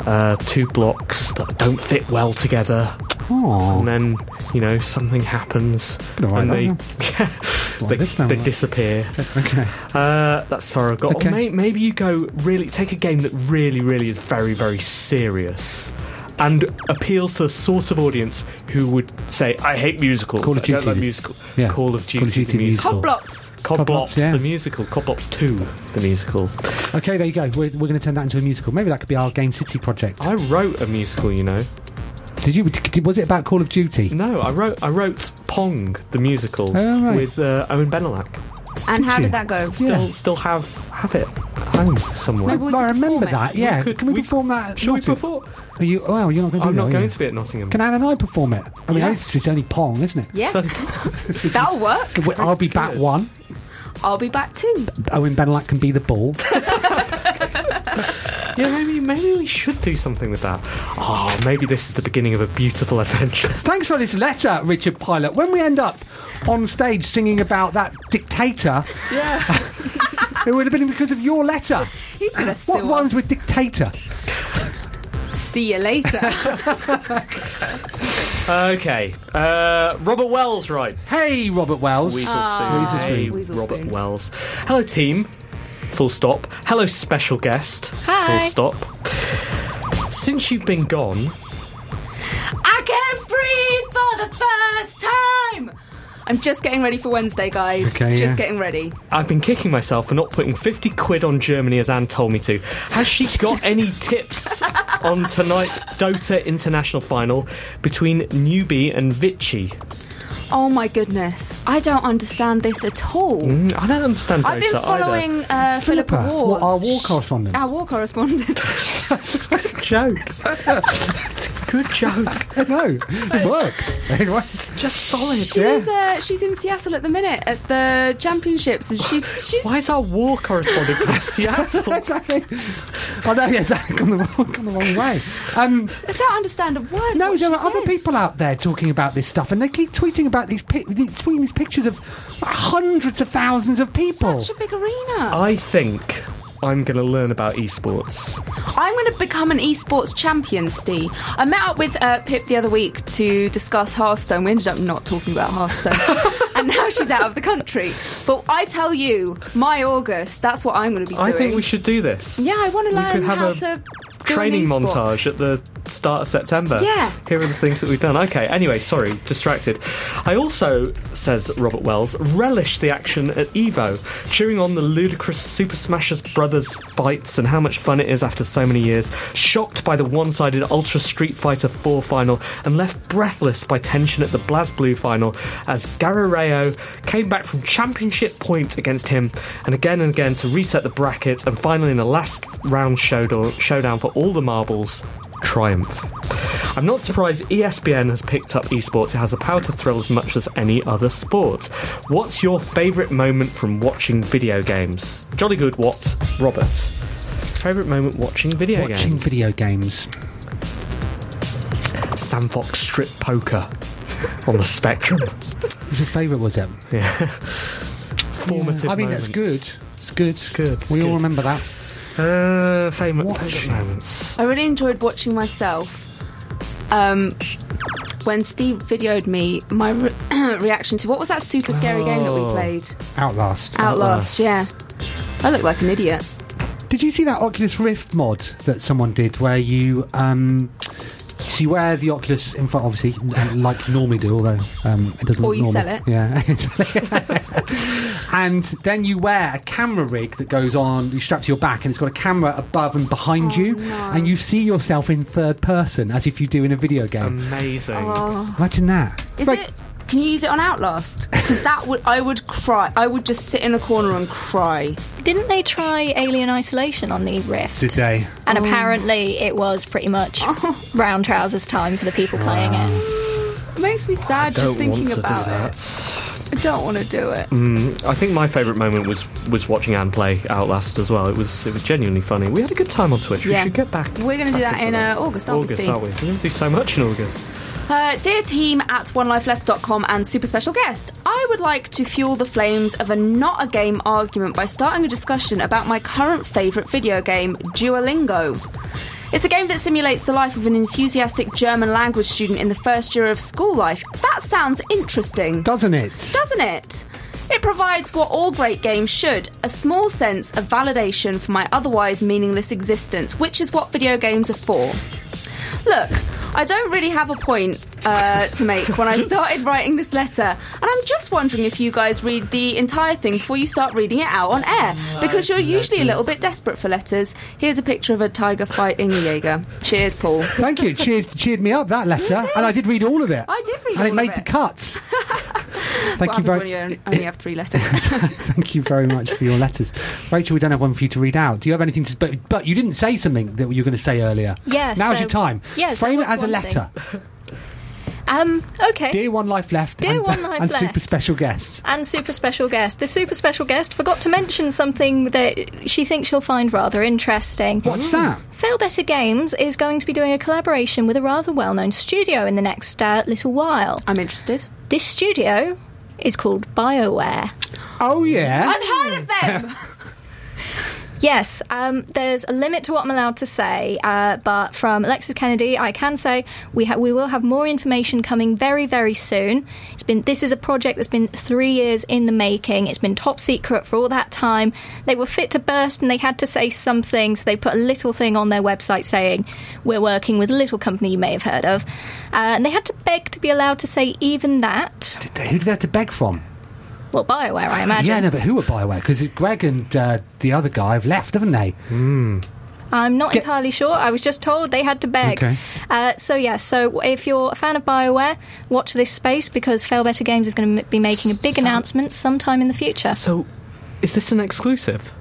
S1: uh, two blocks that don't fit well together, and
S2: Oh,
S1: then you know something happens,
S2: Gonna write
S1: and
S2: that
S1: they
S2: down.
S1: they,
S2: Write this down,
S1: they
S2: right?
S1: disappear.
S2: okay.
S1: Uh, that's far I got.
S2: Okay.
S1: Or may, maybe you go really take a game that really, really is very, very serious. And appeals to the sort of audience who would say, "I hate musicals.
S2: Call of
S1: I don't
S2: Duty.
S1: like musical.
S2: Yeah.
S1: Call of Duty, the
S2: Duty
S1: musical.
S2: musical.
S3: Coblops.
S1: Coblops,
S2: Coblops, yeah.
S1: the musical. Coblops Two, the musical.
S2: Okay, there you go. We're, we're going to turn that into a musical. Maybe that could be our Game City project.
S1: I wrote a musical, you know.
S2: Did you? Did, was it about Call of Duty?
S1: No, I wrote I wrote Pong the musical
S2: Oh, right.
S1: with uh, Owen Benelak.
S3: And how
S2: you?
S3: did that go?
S1: Still
S2: Yeah.
S1: still have have it at home somewhere.
S3: Maybe we
S2: I
S3: could
S2: remember
S3: perform it.
S2: that, yeah.
S1: could-
S2: Can we,
S1: we-
S2: perform that? at
S1: Shall we
S2: Nottingham?
S1: perform?
S2: Are you, well, you're not going to do
S1: I'm
S2: that,
S1: not
S2: are
S1: going
S2: you?
S1: to be at Nottingham.
S2: Can Anne and I perform it? I mean,
S1: Yes.
S2: it's, it's only Pong, isn't it?
S3: Yeah,
S1: So-
S3: that'll work.
S2: Well, I'll be back one.
S3: I'll be back too.
S2: Owen Benelak can be the ball.
S1: yeah, maybe maybe we should do something with that. Oh, maybe this is the beginning of a beautiful adventure.
S2: Thanks for this letter, Richard Pilot. When we end up on stage singing about that dictator,
S3: Yeah.
S2: it would have been because of your letter.
S3: He's going to sue
S2: What rhymes
S3: us.
S2: with dictator?
S3: See you later.
S1: Okay, uh, Robert Wells right?
S2: Hey, Robert Wells. Uh,
S1: Weasel Spoon. Hey,
S3: Weasel
S1: Robert
S3: Spoon.
S1: Wells. Hello, team. Full stop. Hello, special guest.
S4: Hi.
S1: Full stop. Since you've been gone,
S3: I can breathe for the first time. I'm just getting ready for Wednesday, guys.
S2: Okay,
S3: just
S2: yeah.
S3: getting ready.
S1: I've been kicking myself for not putting 50 quid on Germany as Anne told me to. Has she got any tips on tonight's Dota International final between Newbie and Vichy?
S3: Oh my goodness. I don't understand this at all.
S1: Mm, I don't understand Dota
S3: I've been
S1: either.
S3: following uh, Philippa,
S2: Philippa,
S3: War.
S2: what, our war correspondent.
S3: Our war correspondent.
S1: Joke. It's a good joke.
S2: no, it works. It works.
S1: It's just solid.
S3: She's, uh, she's in Seattle at the minute at the championships, and she she's
S1: Why is our war correspondent from Seattle?
S2: Exactly. Oh no, yes, I've gone the wrong, gone the wrong way. Um,
S3: I don't understand a word.
S2: no, there
S3: what she
S2: are other
S3: says.
S2: people out there talking about this stuff, and they keep tweeting about these, pic- these- tweeting these pictures of hundreds of thousands of people.
S3: Such a big arena.
S1: I think I'm going to learn about esports.
S3: I'm going to become an esports champion, Steve. I met up with uh, Pip the other week to discuss Hearthstone. We ended up not talking about Hearthstone, and now she's out of the country. But I tell you, my August, that's what I'm going to be doing.
S1: I think we should do this.
S3: Yeah, I want to
S1: We
S3: learn
S1: could have
S3: how
S1: a
S3: to do an
S1: training
S3: esport.
S1: montage at the start of September.
S3: Yeah.
S1: Here are the things that we've done. Okay, anyway, sorry, distracted. I also, says Robert Wells, relish the action at Evo, cheering on the ludicrous Super Smash Brothers fights and how much fun it is after so many years, shocked by the one sided Ultra Street Fighter 4 final, and left breathless by tension at the BlazBlue final as Garareo came back from championship point against him and again and again to reset the bracket and finally in a last round showdown, showdown for all the marbles triumph. I'm not surprised E ESPN has picked up esports. It has the power to thrill as much as any other sport. What's your favourite moment from watching video games? Jolly good, what? Robert. Favourite moment watching video
S2: Watching
S1: games?
S2: video games.
S1: Sam Fox strip poker on the spectrum.
S2: What's your favourite? Was it?
S1: Yeah. Formative.
S2: I mean,
S1: moments.
S2: that's good. It's good.
S1: good, it's
S2: we all
S1: good.
S2: remember that.
S1: Uh, fam-
S2: What-
S1: favourite moments.
S3: I really enjoyed watching myself. Um, when Steve videoed me, my re- reaction to what was that super scary game that we
S1: Oh.
S3: played?
S2: Outlast.
S3: Outlast.
S1: Outlast.
S3: Yeah, I look like an idiot.
S2: Did you see that Oculus Rift mod that someone did where you um so you wear the Oculus in front obviously n- like you normally do although um it doesn't
S3: Or
S2: look
S3: you
S2: normal.
S3: sell it.
S2: Yeah. and then you wear a camera rig that goes on you strap to your back and it's got a camera above and behind
S3: Oh,
S2: you and you see yourself in third person as if you do in a video game.
S1: Amazing.
S3: Oh,
S2: Imagine that.
S3: Um, Is
S2: Right.
S3: it? Can you use it on Outlast? Because that would I would cry. I would just sit in a corner and cry.
S4: Didn't they try Alien Isolation on the Rift?
S2: Did they?
S4: And apparently, it was pretty much round trousers time for the people playing it.
S3: It makes me sad just
S1: Don't
S3: thinking
S1: want to do
S3: about it.
S1: that.
S3: I don't want to do it.
S1: I think my favourite moment was was watching Anne play Outlast as well. It was it was genuinely funny. We had a good time on Twitch.
S3: Yeah.
S1: We should get back.
S3: We're going to do
S1: back
S3: that
S1: into
S3: in uh, August, aren't we,
S1: August,
S3: Steve?
S1: aren't we? We're going to do so much in August.
S3: Uh, dear team at onelifeleft.com and super special guest, I would like to fuel the flames of a not a game argument by starting a discussion about my current favourite video game, Duolingo. It's a game that simulates the life of an enthusiastic German language student in the first year of school life. That sounds interesting
S2: Doesn't it?
S3: doesn't it? It provides what all great games should a small sense of validation for my otherwise meaningless existence, which is what video games are for. Look, I don't really have a point uh, to make when I started writing this letter, and I'm just wondering if you guys read the entire thing before you start reading it out on air,
S2: Ah,
S3: because you're usually a little bit desperate for letters. Here's a picture of a tiger fighting a Jaeger. Cheers, Paul.
S2: Thank you. It cheered cheered me up that letter and I did read all of it.
S3: I did
S2: and
S3: read all
S2: it
S3: of
S2: made
S3: it.
S2: the cut. Thank you
S3: what happens
S2: very
S3: when you on- only have three letters?
S2: Thank you very much for your letters, Rachel. We don't have one for you to read out. Do you have anything to? But, but you didn't say something that you were going to say earlier.
S4: Yes,
S2: Now's
S4: there-
S2: your time.
S4: yes,
S2: Frame
S4: there
S2: it
S4: was
S2: as a
S4: one
S2: letter.
S4: Um, okay.
S2: Dear one life left.
S4: Dear
S2: and,
S4: One Life
S2: and
S4: Left.
S2: super special guests.
S4: and super special guest. The super special guest forgot to mention something that she thinks you'll find rather interesting.
S2: What's that?
S4: Fail Better Games is going to be doing a collaboration with a rather well known studio in the next uh, little while.
S3: I'm interested.
S4: This studio is called BioWare.
S2: Oh yeah.
S3: I've heard of them!
S4: Yes, um, there's a limit to what I'm allowed to say, uh, but from Alexis Kennedy, I can say we ha- we will have more information coming very very soon. It's been this is a project that's been three years in the making. It's been top secret for all that time. They were fit to burst, and they had to say something, so they put a little thing on their website saying we're working with a little company you may have heard of, uh, and they had to beg to be allowed to say even that.
S2: Did they- Who did they have to beg from?
S4: Well, Bioware, I imagine.
S2: Yeah, no, but who at Bioware? Because Greg and uh, the other guy have left, haven't they?
S4: I'm not
S2: Get-
S4: entirely sure. I was just told they had to beg.
S2: Okay.
S4: Uh, so yeah, so if you're a fan of Bioware, watch this space because Fail Better Games is going to be making a big
S1: So-
S4: announcement sometime in the future.
S1: So, is this an exclusive?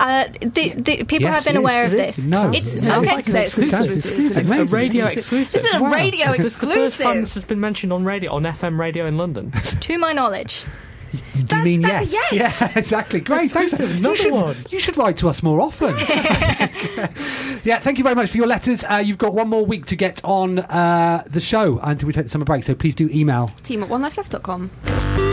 S4: Uh, the, the, people
S2: Yes,
S4: have been
S2: it is.
S4: aware of
S2: It is.
S4: this.
S2: No,
S4: it's
S2: it sounds
S4: okay.
S2: like
S4: so it's
S2: exclusive. It's
S1: It's
S2: amazing,
S1: a
S2: isn't
S1: radio
S2: it?
S1: exclusive.
S4: This is a
S2: Wow.
S4: radio
S2: This
S1: It's the first time this
S4: exclusive,
S1: has been mentioned on radio, on FM radio in London.
S4: to my knowledge.
S2: Do you
S4: That's-
S2: mean
S4: that's a
S2: yes?
S4: yes.
S2: Yeah, exactly. Great. Thanks.
S1: Exclusive,
S2: You
S1: another
S2: should,
S1: one.
S2: you should write to us more often. yeah, thank you very much for your letters. Uh, you've got one more week to get on uh, the show until we take the summer break, so please do email.
S3: Team at onelifeleft.com.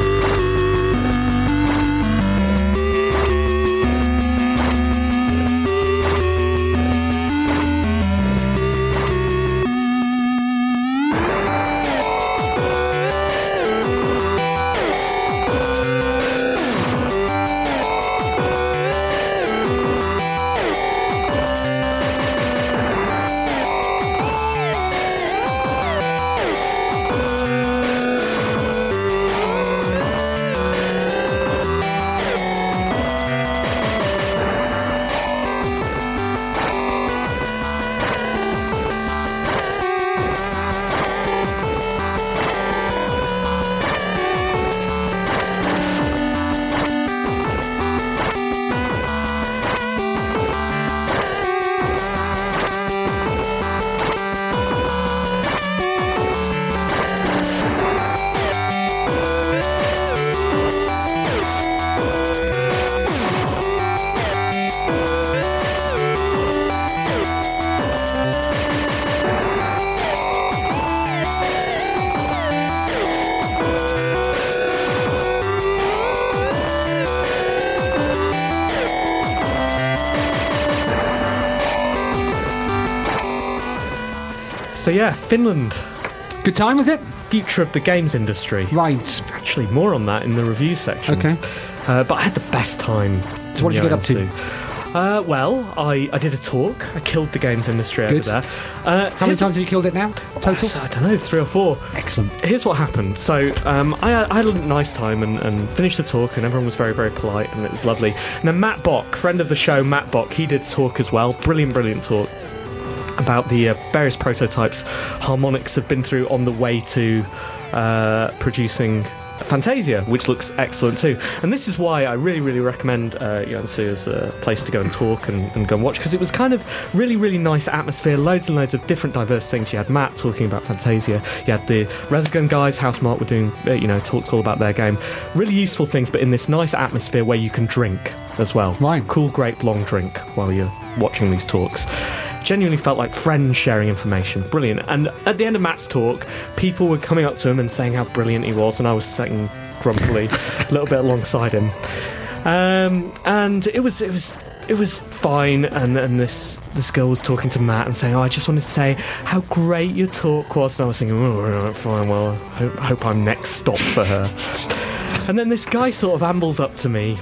S1: so yeah, Finland,
S2: Good time with it?
S1: future of the games industry.
S2: Right.
S1: Actually, more on that in the review section.
S2: Okay.
S1: Uh, but I had the best time.
S2: So what
S1: in
S2: did you get up to?
S1: Joensuu. Uh, well, I, I did a talk. I killed the games industry
S2: Good.
S1: over there. Uh,
S2: How many times have you killed it now? Total?
S1: I don't know, three or four.
S2: Excellent.
S1: Here's what happened. So um, I, I had a nice time and, and finished the talk, and everyone was very, very polite, and it was lovely. And then Matt Bock, friend of the show, Matt Bock, he did a talk as well. Brilliant, brilliant talk about the uh, various prototypes harmonics have been through on the way to uh, producing Fantasia, which looks excellent too. And this is why I really, really recommend uh, Yonsei as a place to go and talk and, and go and watch because it was kind of really, really nice atmosphere. Loads and loads of different diverse things. You had Matt talking about Fantasia. You had the Resgun guys, Housemark were doing, uh, you know, talked all about their game. Really useful things, but in this nice atmosphere where you can drink as well.
S2: Right.
S1: Cool, grape, long drink while you're watching these talks genuinely felt like friends sharing information. Brilliant. And at the end of Matt's talk, people were coming up to him and saying how brilliant he was, and I was sitting grumpily a little bit alongside him. Um, and it was it was it was fine. And, and this this girl was talking to Matt and saying, "Oh, I just wanted to say how great your talk was." And I was thinking, "Oh, all right, fine. Well, I hope, hope I'm next stop for her." and then this guy sort of ambles up to me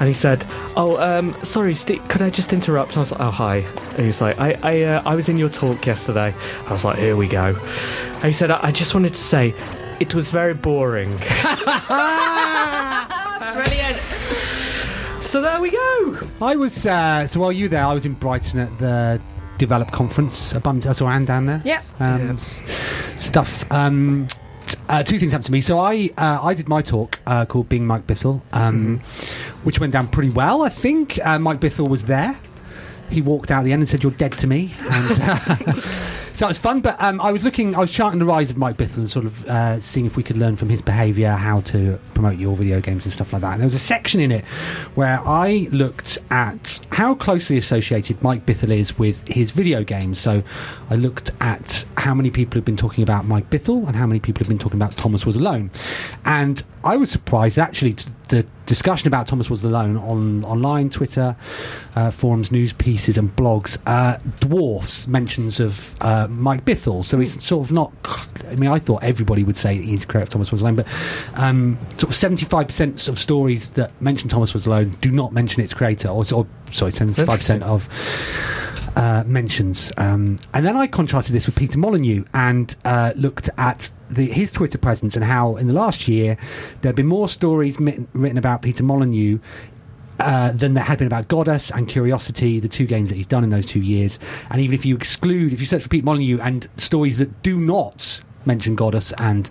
S1: and he said, "Oh, um, sorry, Steve, could I just interrupt?" And I was like, "Oh, hi." And he was like, "I, I, uh, I was in your talk yesterday." I was like, "Here we go." And he said, "I, I just wanted to say, it was very boring." Brilliant. So there we go.
S2: I was, uh, so while you were there, I was in Brighton at the Develop Conference. I, bumped, I saw Anne down there.
S3: Yep.
S2: Um, stuff. Um, t- uh, two things happened to me. So I uh, I did my talk uh, called Being Mike Bithell, um, which went down pretty well, I think. Uh, Mike Bithell was there. He walked out at the end and said, "You're dead to me." And, uh, so it was fun, but um, I was looking, I was charting the rise of Mike Bithell and sort of uh, seeing if we could learn from his behaviour how to promote your video games and stuff like that. And there was a section in it where I looked at how closely associated Mike Bithell is with his video games. So I looked at how many people have been talking about Mike Bithell and how many people have been talking about Thomas Was Alone. And I was surprised actually. T- the discussion about Thomas was alone on online, Twitter, uh, forums, news pieces, and blogs uh, dwarfs mentions of uh, Mike Bithell. So it's sort of not. I mean, I thought everybody would say he's correct. Thomas was alone, but um, sort of seventy-five percent of stories that mention Thomas was alone do not mention its creator, or, or sorry, seventy-five percent of uh, mentions. Um, and then I contrasted this with Peter Molyneux and uh, looked at the, his Twitter presence and how in the last year there had been more stories mi- written about Peter Molyneux. Uh, than there had been about Goddess and Curiosity, the two games that he's done in those two years. And even if you exclude, if you search for Pete Molyneux and stories that do not mention Goddess and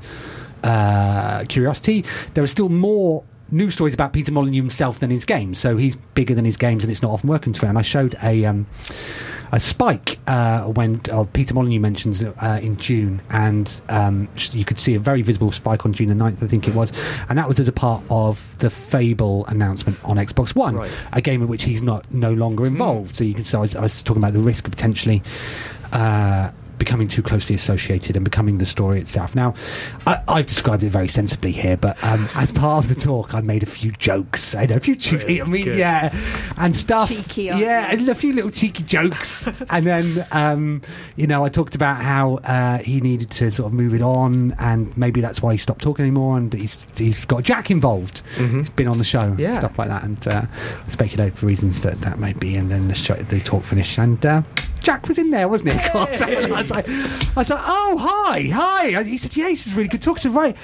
S2: uh, Curiosity, there are still more news stories about Peter Molyneux himself than his games. So he's bigger than his games, and it's not often working for him. And I showed a um, a spike uh, when uh, Peter Molyneux mentions it, uh, in June, and um, sh- you could see a very visible spike on June the 9th, I think it was, and that was as a part of the Fable announcement on Xbox One,
S1: Right.
S2: a game in which he's not no longer involved. So you can. So I was, I was talking about the risk of potentially. Uh, Becoming too closely associated and becoming the story itself. Now, I, I've described it very sensibly here, but um, as part of the talk, I made a few jokes. I know a few cheeky, I mean,
S1: Good.
S2: yeah, and stuff.
S3: Cheeky, aren't
S2: yeah,
S3: you?
S2: and a few little cheeky jokes, and then um, you know I talked about how uh, he needed to sort of move it on, and maybe that's why he stopped talking anymore, and he's he's got Jack involved. He's been on the show,
S1: Yeah.
S2: stuff like that, and uh, I speculate for reasons that that may be, and then the, show, the talk finished, and. Uh, Jack was in there, wasn't he? Of course. And I was like, I was like, oh hi, hi. He said, yeah, this is really good talk. I said, right,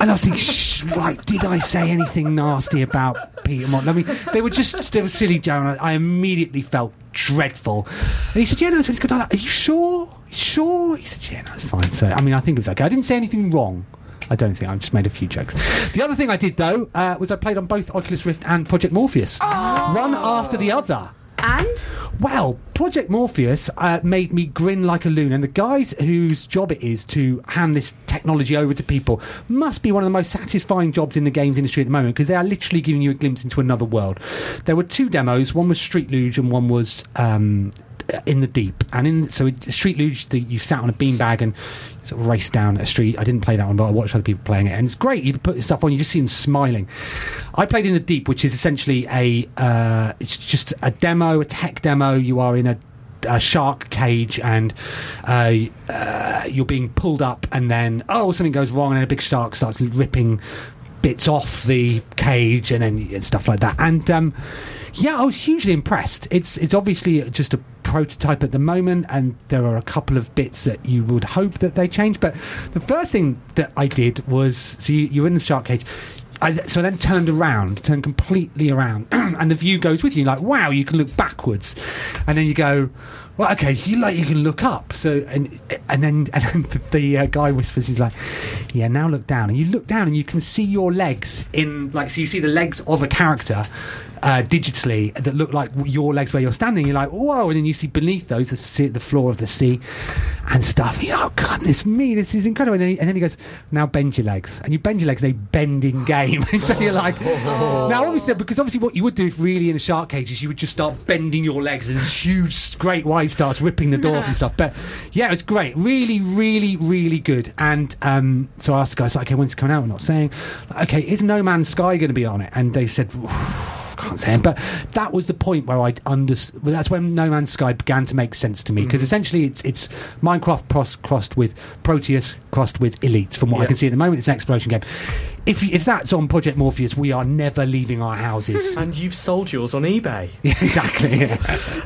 S2: and I was thinking, Shh, right, did I say anything nasty about Peter Morton? I mean, they were just, they were silly, Joe, and I, I immediately felt dreadful. And he said, yeah, no, it's good. I'm like, Are you sure? You sure? He said, yeah, no, it's fine. So, I mean, I think it was okay. I didn't say anything wrong. I don't think. I've just made a few jokes. The other thing I did, though, uh, was I played on both Oculus Rift and Project Morpheus. One after the other.
S3: And
S2: Well, Project Morpheus uh, made me grin like a loon, and the guys whose job it is to hand this technology over to people must be one of the most satisfying jobs in the games industry at the moment because they are literally giving you a glimpse into another world. There were two demos: one was Street Luge, and one was. Um, in the deep and in so it- street luge the, you sat on a beanbag and sort of raced down a street i didn't play that one but i watched other people playing it and it's great you put stuff on you just see them smiling i played in the deep which is essentially a uh, it's just a demo a tech demo you are in a a shark cage and uh, uh, you're being pulled up and then oh something goes wrong and then a big shark starts ripping bits off the cage and then and stuff like that and um, yeah I was hugely impressed it's it's obviously just a prototype at the moment and there are a couple of bits that you would hope that they change but the first thing that I did was so you, you're in the shark cage I, th- so I then turned around, turned completely around, and the view goes with you. Like, wow, you can look backwards, and then you go, well, okay, you like you can look up. So and and then and then the, the uh, guy whispers, he's like, yeah, now look down, and you look down, and you can see your legs in like so you see the legs of a character. Uh, digitally, that look like your legs where you're standing. You're like, whoa! And then you see beneath those the, sea, the floor of the sea and stuff. You're like, oh, goodness me, this is incredible. And then, he, and then he goes, now bend your legs. And you bend your legs, they bend in game. so you're like, now obviously, because obviously what you would do if really in a shark cage is you would just start bending your legs and this huge, great white starts ripping the door off and stuff. But yeah, it was great. Really, really, really good. And um, so I asked the guys, like, okay, when's it coming out? We're not saying. Okay, is No Man's Sky going to be on it? And they said, can't say it, but that was the point where I under. Well, that's when No Man's Sky began to make sense to me because essentially it's it's Minecraft pros- crossed with Proteus crossed with Elite. From what I
S1: Yeah.
S2: can see at the moment, it's an exploration game. If if that's on Project Morpheus, we are never leaving our houses.
S1: And you've sold yours on eBay.
S2: Yeah, exactly. yeah.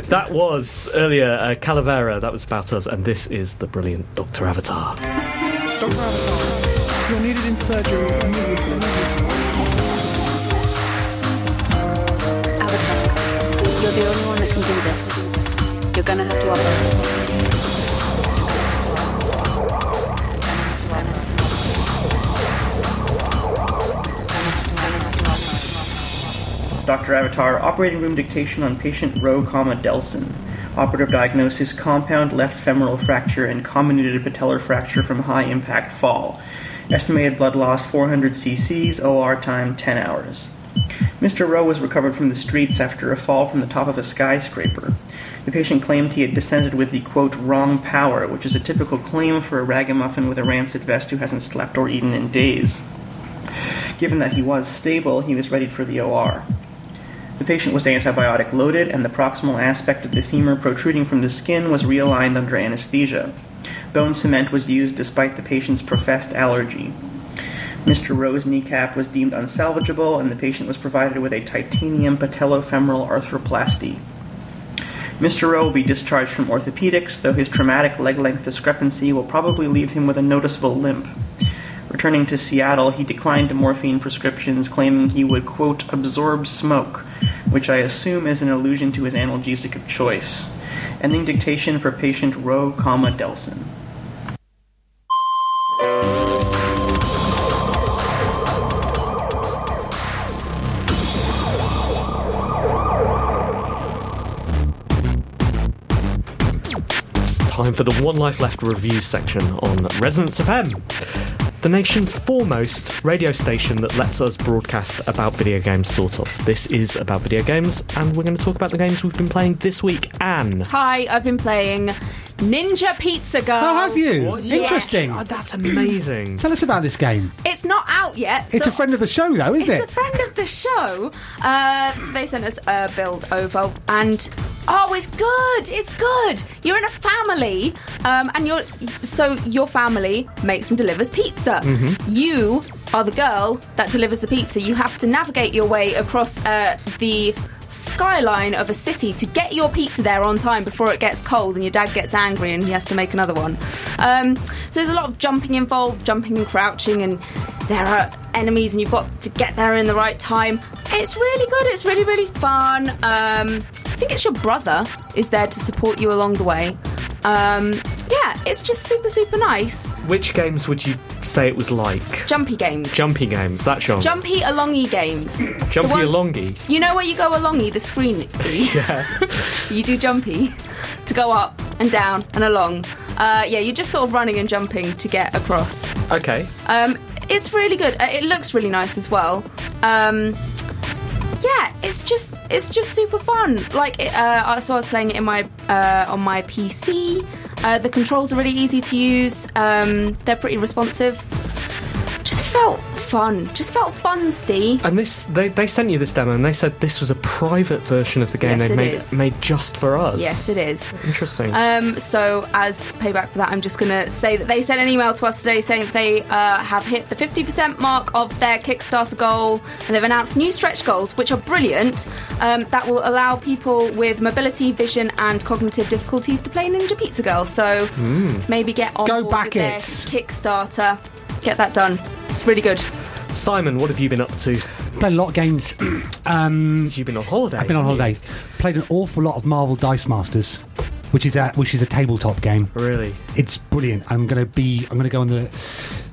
S1: That was earlier uh, Calavera. That was about us, and this is the brilliant Doctor Avatar.
S7: You're needed in surgery immediately.
S8: Avatar, you're the only one that can do this. You're gonna have to operate.
S9: Dr. Avatar, operating room dictation on patient Roe, comma, Delson. Operative diagnosis compound left femoral fracture and comminuted patellar fracture from high impact fall. Estimated blood loss 400 cc's, OR time 10 hours. Mr. Rowe was recovered from the streets after a fall from the top of a skyscraper. The patient claimed he had descended with the quote wrong power, which is a typical claim for a ragamuffin with a rancid vest who hasn't slept or eaten in days. Given that he was stable, he was ready for the OR. The patient was antibiotic loaded, and the proximal aspect of the femur protruding from the skin was realigned under anesthesia. Bone cement was used despite the patient's professed allergy. Mr. Rowe's kneecap was deemed unsalvageable, and the patient was provided with a titanium patellofemoral arthroplasty. Mr. Rowe will be discharged from orthopedics, though his traumatic leg length discrepancy will probably leave him with a noticeable limp. Returning to Seattle, he declined to morphine prescriptions, claiming he would, quote, absorb smoke, which I assume is an allusion to his analgesic of choice. Ending dictation for patient Rowe, comma, Delson.
S1: It's time for the One Life Left review section on Resonance FM, the nation's foremost radio station that lets us broadcast about video games, sort of. This is about video games, and we're going to talk about the games we've been playing this week. Anne.
S3: Hi, I've been playing Ninja Pizza Girl.
S2: Oh, have you?
S3: Yeah.
S2: Interesting.
S3: Oh,
S1: that's amazing.
S2: Tell us about this game.
S3: It's not out yet.
S2: It's
S3: so-
S2: a friend of the show, though, isn't
S3: It's
S2: it?
S3: a friend of the show. Uh, so they sent us a build over, and oh, it's good. It's good. You're in a family, um, and you're so your family makes and delivers pizza.
S10: Mhm.
S2: Mm-hmm.
S3: You are the girl that delivers the pizza. You have to navigate your way across uh, the skyline of a city to get your pizza there on time before it gets cold and your dad gets angry and he has to make another one. Um, so there's a lot of jumping involved, jumping and crouching, and there are enemies and you've got to get there in the right time. It's really good. It's really really fun. Um, I think it's your brother is there to support you along the way. Um, yeah, it's just super super nice.
S1: Which games would you say it was like?
S3: Jumpy games.
S1: Jumpy games, that genre.
S3: Jumpy alongy games.
S1: Jumpy
S3: The one-
S1: Alongy.
S3: You know where you go alongy the screen
S1: Yeah.
S3: you do jumpy to go up and down and along. Uh, yeah, you're just sort of running and jumping to get across.
S1: Okay.
S3: Um, it's really good. Uh, It looks really nice as well. Um, yeah, it's just it's just super fun. Like, it, uh, so I was playing it in my uh, on my PC. Uh, the controls are really easy to use. Um, they're pretty responsive. Just felt fun. Just felt fun, Steve.
S1: And this, they, they sent you this demo, and they said this was a private version of the game
S3: Yes,
S1: they
S3: it
S1: made
S3: is.
S1: made just for us.
S3: Yes, it is.
S1: Interesting.
S3: Um, so, as payback for that, I'm just going to say that they sent an email to us today saying that they uh, have hit the 50% mark of their Kickstarter goal and they've announced new stretch goals, which are brilliant, um, that will allow people with mobility, vision, and cognitive difficulties to play Ninja Pizza Girl. So,
S1: Mm.
S3: maybe get on
S1: Go
S3: board
S1: back
S3: with their
S1: it.
S3: Kickstarter. Get that done. It's really good.
S1: Simon, what have you been up to?
S2: Played a lot of games. um,
S1: You've been on holiday.
S2: I've been on
S1: haven't you?
S2: holidays. Played an awful lot of Marvel Dice Masters, which is a which is a tabletop game.
S1: Really?
S2: It's brilliant. I'm gonna be. I'm gonna go on the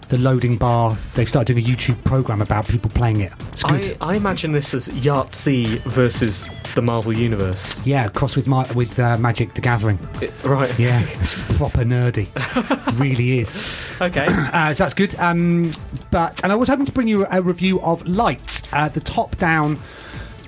S2: the loading bar. They started doing a YouTube program about people playing it. It's good.
S1: I, I imagine this as Yahtzee versus the Marvel Universe.
S2: yeah, cross with my with uh, Magic the Gathering.
S1: right.
S2: Yeah, it's proper nerdy. really is.
S1: Okay.
S2: uh, so that's good. Um, but and I was hoping to bring you a review of Light, uh, the top-down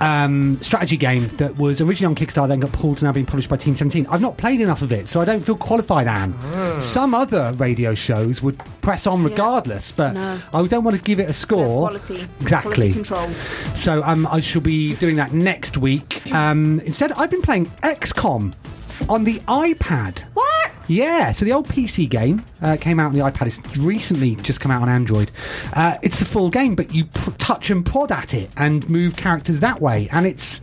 S2: um, strategy game that was originally on Kickstarter, then got pulled and now being published by Team Seventeen. I've not played enough of it, so I don't feel qualified. Anne,
S7: Ah.
S2: some other radio shows would press on regardless, but
S7: No.
S2: I don't want to give it a score.
S7: Quality.
S2: Exactly.
S7: Quality control.
S2: So um, I shall be doing that next week. Um, instead, I've been playing XCOM on the iPad.
S3: What?
S2: Yeah, so the old PC game uh, came out on the iPad. It's recently just come out on Android. Uh, it's the full game, but you pr- touch and prod at it and move characters that way, and it's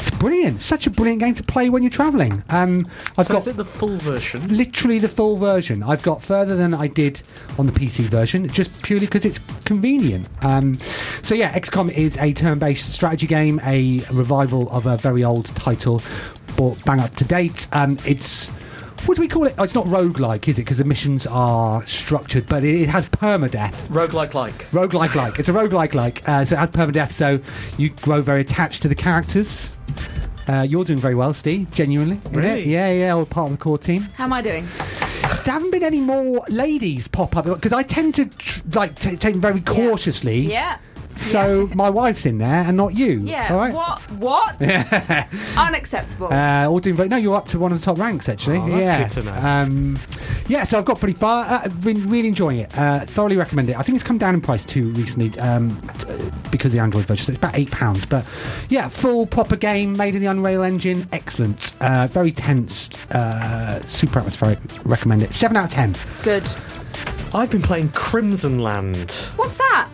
S2: it's brilliant. Such a brilliant game to play when you're travelling. Um, I've
S1: so
S2: got
S1: is it the full version?
S2: literally the full version. I've got further than I did on the PC version, just purely because it's convenient. Um, so yeah, XCOM is a turn-based strategy game, a revival of a very old title, brought bang up to date. Um, it's what do we call it? Oh, it's not roguelike, is it? Because the missions are structured, but it, it has permadeath.
S1: Roguelike like.
S2: Roguelike like. It's a roguelike like. Uh, so it has permadeath, so you grow very attached to the characters. Uh, you're doing very well, Steve, genuinely. in it.
S3: Really?
S2: Yeah, yeah, we're part of the core team
S3: How am I doing?
S2: there haven't been any more ladies pop up because I tend to tr- like t- take them very cautiously.
S3: Yeah.
S2: So my wife's in there and not you.
S3: Yeah.
S2: All right.
S3: What? What?
S2: Yeah.
S3: Unacceptable.
S2: Uh, all doing very, no, you're up to one of the top ranks actually.
S3: Oh, that's
S2: yeah.
S3: good to know.
S2: Um, yeah, so I've got pretty far. Uh, I've been really enjoying it. Uh, thoroughly recommend it. I think it's come down in price too recently um, t- because of the Android version. So it's about eight pounds. But yeah, full proper game made in the Unreal Engine. Excellent. Uh, very tense. Uh, super atmospheric. Recommend it. Seven out of ten.
S3: Good.
S1: I've been playing Crimson Land.
S3: What's that?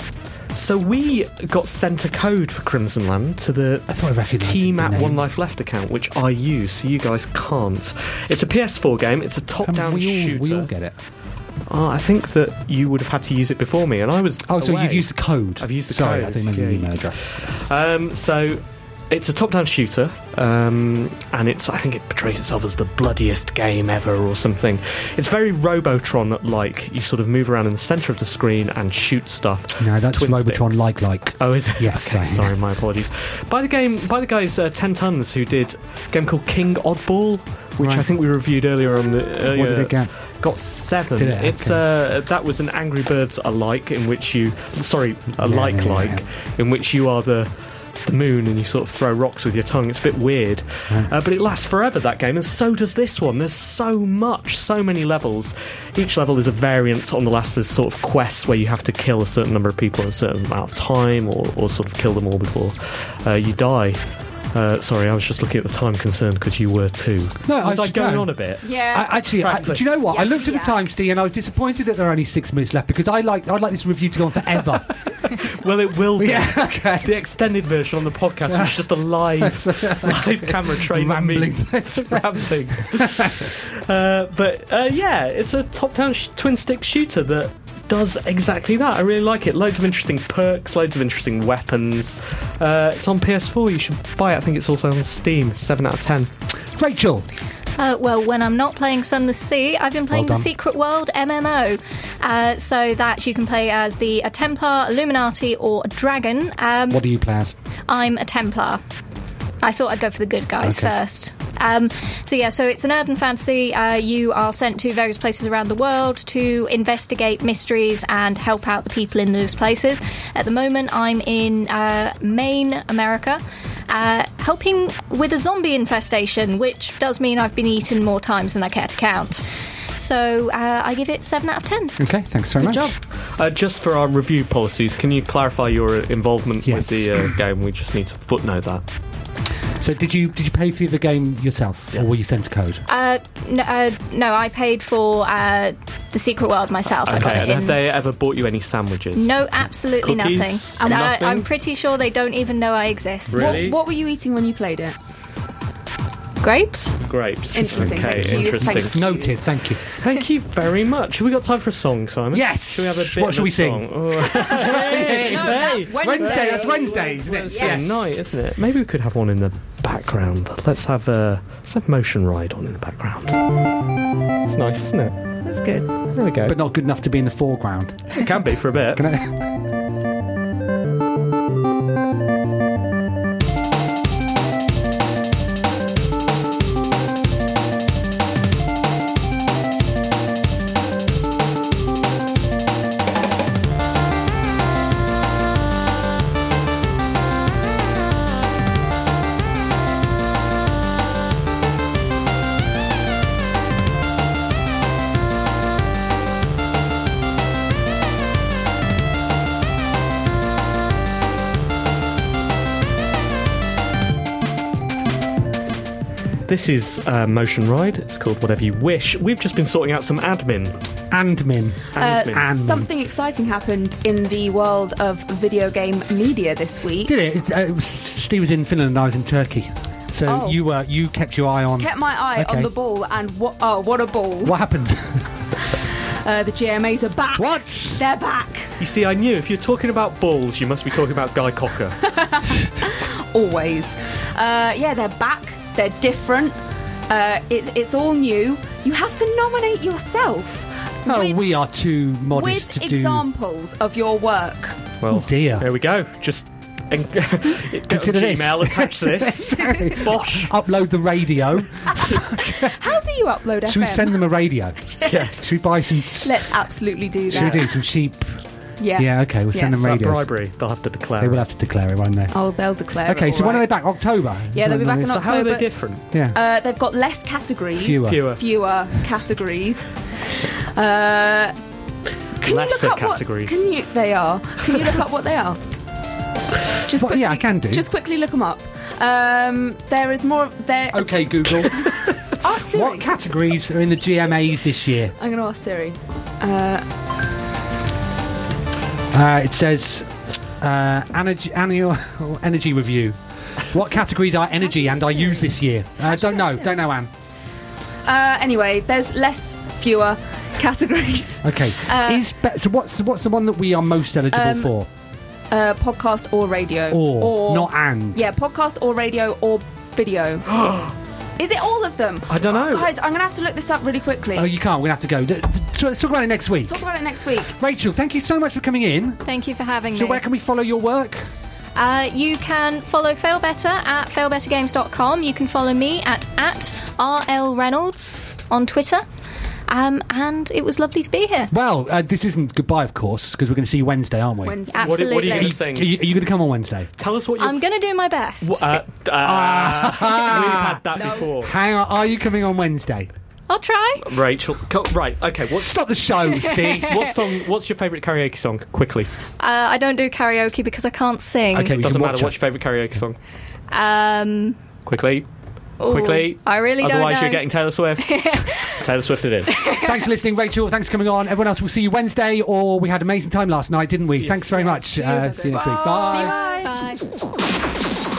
S1: So we got sent a code for Crimson Land to the Team at
S2: name.
S1: One Life Left account, which I use, so you guys can't. It's a PS4 game. It's a top-down
S2: we all- we
S1: shooter.
S2: all get it.
S1: Oh, I think that you would have had to use it before me, and I was.
S2: Oh, so
S1: away.
S2: you've used the code. I've used
S1: the
S2: Sorry,
S1: code,
S2: I think maybe
S1: yeah.
S2: the email address.
S1: Um, so it's a top-down shooter, um, and it's I think it portrays itself as the bloodiest game ever or something. It's very Robotron-like. You sort of move around in the centre of the screen and shoot stuff.
S2: No, that's
S1: Twin sticks.
S2: Robotron like like.
S1: Oh, is it?
S2: Yes,
S1: Okay,
S2: I-
S1: sorry, my apologies. By the game, by the guys, uh, Ten Tons, who did a game called King Oddball, which
S2: Right.
S1: I think we reviewed earlier on the. Earlier,
S2: did it get?
S1: Got seven.
S2: Did it?
S1: It's uh, that was an Angry Birds alike in which you, sorry, a
S2: Yeah,
S1: like like, in which you are the. the Moon and you sort of throw rocks with your tongue. It's a bit weird, uh, but it lasts forever. That game, and so does this one. There's so much, so many levels. Each level is a variant on the last. There's sort of quests where you have to kill a certain number of people in a certain amount of time, or, or sort of kill them all before uh, you die. Uh, sorry, I was just looking at the time concerned because you were too.
S2: No,
S1: was I,
S2: just-
S1: going
S2: no.
S1: on a bit?
S3: Yeah.
S2: I, actually, I, do you know what? I looked at the time, Steve, and I was disappointed that there are only six minutes left because I like I'd like this review to go on forever.
S1: Well, it will be.
S2: Yeah, okay.
S1: The extended version on the podcast was just a live, live camera train of me rambling. uh, but uh, yeah, it's a top-down sh- twin-stick shooter that does exactly that. I really like it. Loads of interesting perks, loads of interesting weapons. Uh, it's on PS4. You should buy it. I think it's also on Steam. Seven out of ten.
S2: Rachel,
S4: Uh, well, when I'm not playing Sunless Sea, I've been playing
S1: Well done.
S4: the Secret World MMO. Uh, so that you can play as the a Templar, Illuminati, or a Dragon. Um,
S2: what do you play as?
S4: I'm a Templar. I thought I'd go for the good guys
S2: Okay.
S4: first. Um, so yeah, so it's an urban fantasy. Uh, you are sent to various places around the world to investigate mysteries and help out the people in those places. At the moment, I'm in uh, Maine, America, uh, helping with a zombie infestation, which does mean I've been eaten more times than I care to count. So uh, I give it seven out of ten.
S2: Okay, thanks very much.
S1: Uh, just for our review policies, can you clarify your involvement
S2: Yes.
S1: with the uh, game? We just need to footnote that.
S2: So, did you did you pay for the game yourself, or were you sent a code?
S4: Uh, no, uh, no, I paid for uh, the Secret World myself. I got
S1: Okay,
S4: it
S1: and
S4: in.
S1: have they ever bought you any sandwiches?
S4: No, absolutely
S1: Cookies?
S4: nothing.
S1: And
S4: Uh,
S1: nothing?
S4: I'm pretty sure they don't even know I exist.
S1: Really? What-
S4: were you eating when you played it? Grapes?
S1: Grapes.
S4: Interesting,
S1: Okay,
S4: thank you,
S1: interesting.
S4: thank you.
S2: Noted. Thank you.
S1: Thank you very much. Have we got time for a song, Simon?
S2: Yes.
S1: Should we have a bit
S2: What
S1: of
S2: shall
S1: a
S2: we sing?
S1: song? Oh.
S2: Hey,
S1: No,
S2: hey,
S1: that's
S2: Wednesday.
S1: Wednesday.
S2: That's Wednesday, isn't it?
S1: It's a night, isn't it? Maybe we could have one in the background. Let's have a let's have Motion Ride on in the background. It's nice, isn't it?
S2: That's
S1: good. There we go.
S2: But not good enough to be in the foreground.
S1: It can be for a bit.
S2: Can I?
S1: This is uh, Motion Ride. It's called Whatever You Wish. We've just been sorting out some admin.
S2: Andmin.
S3: Uh,
S1: Admin.
S3: something exciting happened in the world of video game media this week.
S2: Did it? It, uh, it was, Steve was in Finland, and I was in Turkey. So
S3: Oh.
S2: you were you kept your eye on.
S3: Kept my eye
S2: Okay.
S3: on the ball, and what? Oh, what a ball!
S2: What happened?
S3: Uh, the GMAs are back.
S2: What?
S3: They're back.
S1: You see, I knew if you're talking about balls, you must be talking about Guy Cocker.
S3: Always. Uh, yeah, they're back. They're different. Uh, it, it's all new. You have to nominate yourself
S2: oh,
S3: with-
S2: we are too modest
S3: with
S2: to do.
S3: examples of your work.
S1: Well,
S2: dear.
S1: Oh, There we go. Just en-
S2: Consider
S1: consider
S2: this.
S1: Gmail attach this. Bosh.
S2: Upload the radio.
S3: How do you upload
S2: Should we
S3: FM?
S2: send them a radio?
S3: Yes.
S2: Should we buy some?
S3: Let's absolutely do that.
S2: Should we do some cheap
S3: Yeah.
S2: Yeah, okay, we'll send them
S3: Yeah. Is that
S2: radios.
S1: bribery? They'll have to declare.
S2: They will have to declare it, won't they?
S3: Oh, they'll declare.
S2: okay,
S3: it,
S2: so
S3: all
S2: when are
S3: right.
S2: they back? October?
S3: Yeah, they'll be back in
S1: So
S3: October.
S1: how are they different?
S2: Yeah.
S3: Uh, they've got less categories.
S2: Fewer. Fewer.
S3: Fewer categories. Uh, can
S1: Lesser
S3: you look up
S1: categories.
S3: What, can you? They are. Can you look up what they are? Just
S2: Well, yeah, I can do.
S3: Just quickly look them up. Um, there is more. There.
S1: Uh,
S2: Okay, Google.
S3: Ask Siri.
S2: Oh, what categories are in the GMAs this year?
S3: I'm going to ask Siri. Uh,
S2: Uh, it says uh, energy, annual energy review. What categories are energy and I use this year? Uh, don't know, don't know, Anne.
S3: uh, anyway, there's less, fewer categories.
S2: Okay.
S3: Uh,
S2: Is be- so what's what's the one that we are most eligible
S3: Um,
S2: for?
S3: uh, podcast or radio.
S2: Or, not and.
S3: Yeah, podcast or radio or video. Is it all of them?
S2: I dunno.
S3: Guys, I'm going to have to look this up really quickly.
S2: Oh, you can't. We're gonna have to go. Th- th- So let's talk about it next week.
S3: Talk about it next week.
S2: Rachel, thank you so much for coming in.
S4: Thank you for having
S2: So
S4: me.
S2: where can we follow your work?
S4: Uh, you can follow Fail Better at failbettergames.com. You can follow me at, at rlreynolds on Twitter. Um, and it was lovely to be here.
S2: Well, uh, this isn't goodbye, of course, because we're going to see you Wednesday, aren't we?
S4: Wednesday.
S1: What, are- what are you going
S4: Absolutely.
S1: to
S2: Are
S1: sing?
S2: you, going to come on Wednesday?
S1: Tell us what you're.
S4: I'm going to do my best.
S1: Wha- uh, d- uh, we've had that before.
S2: Hang on, are you coming on Wednesday?
S4: I'll try. Uh,
S1: Rachel, co- right? Okay, what's
S2: Stop the show, Steve.
S1: what song? What's your favourite karaoke song? Quickly.
S4: Uh, I don't do karaoke because I can't sing.
S2: Okay, we
S1: doesn't
S2: can watch
S1: matter. What's your favourite karaoke song?
S4: Um,
S1: Quickly.
S4: ooh,
S1: Quickly.
S4: I really don't
S1: Otherwise,
S4: know.
S1: you're getting Taylor Swift. Taylor Swift, it is.
S2: thanks for listening, Rachel. Thanks for coming on. Everyone else, we'll see you Wednesday, or we had an amazing time last night, didn't we? Thanks very much. Uh, see you next week. Bye.
S4: Bye.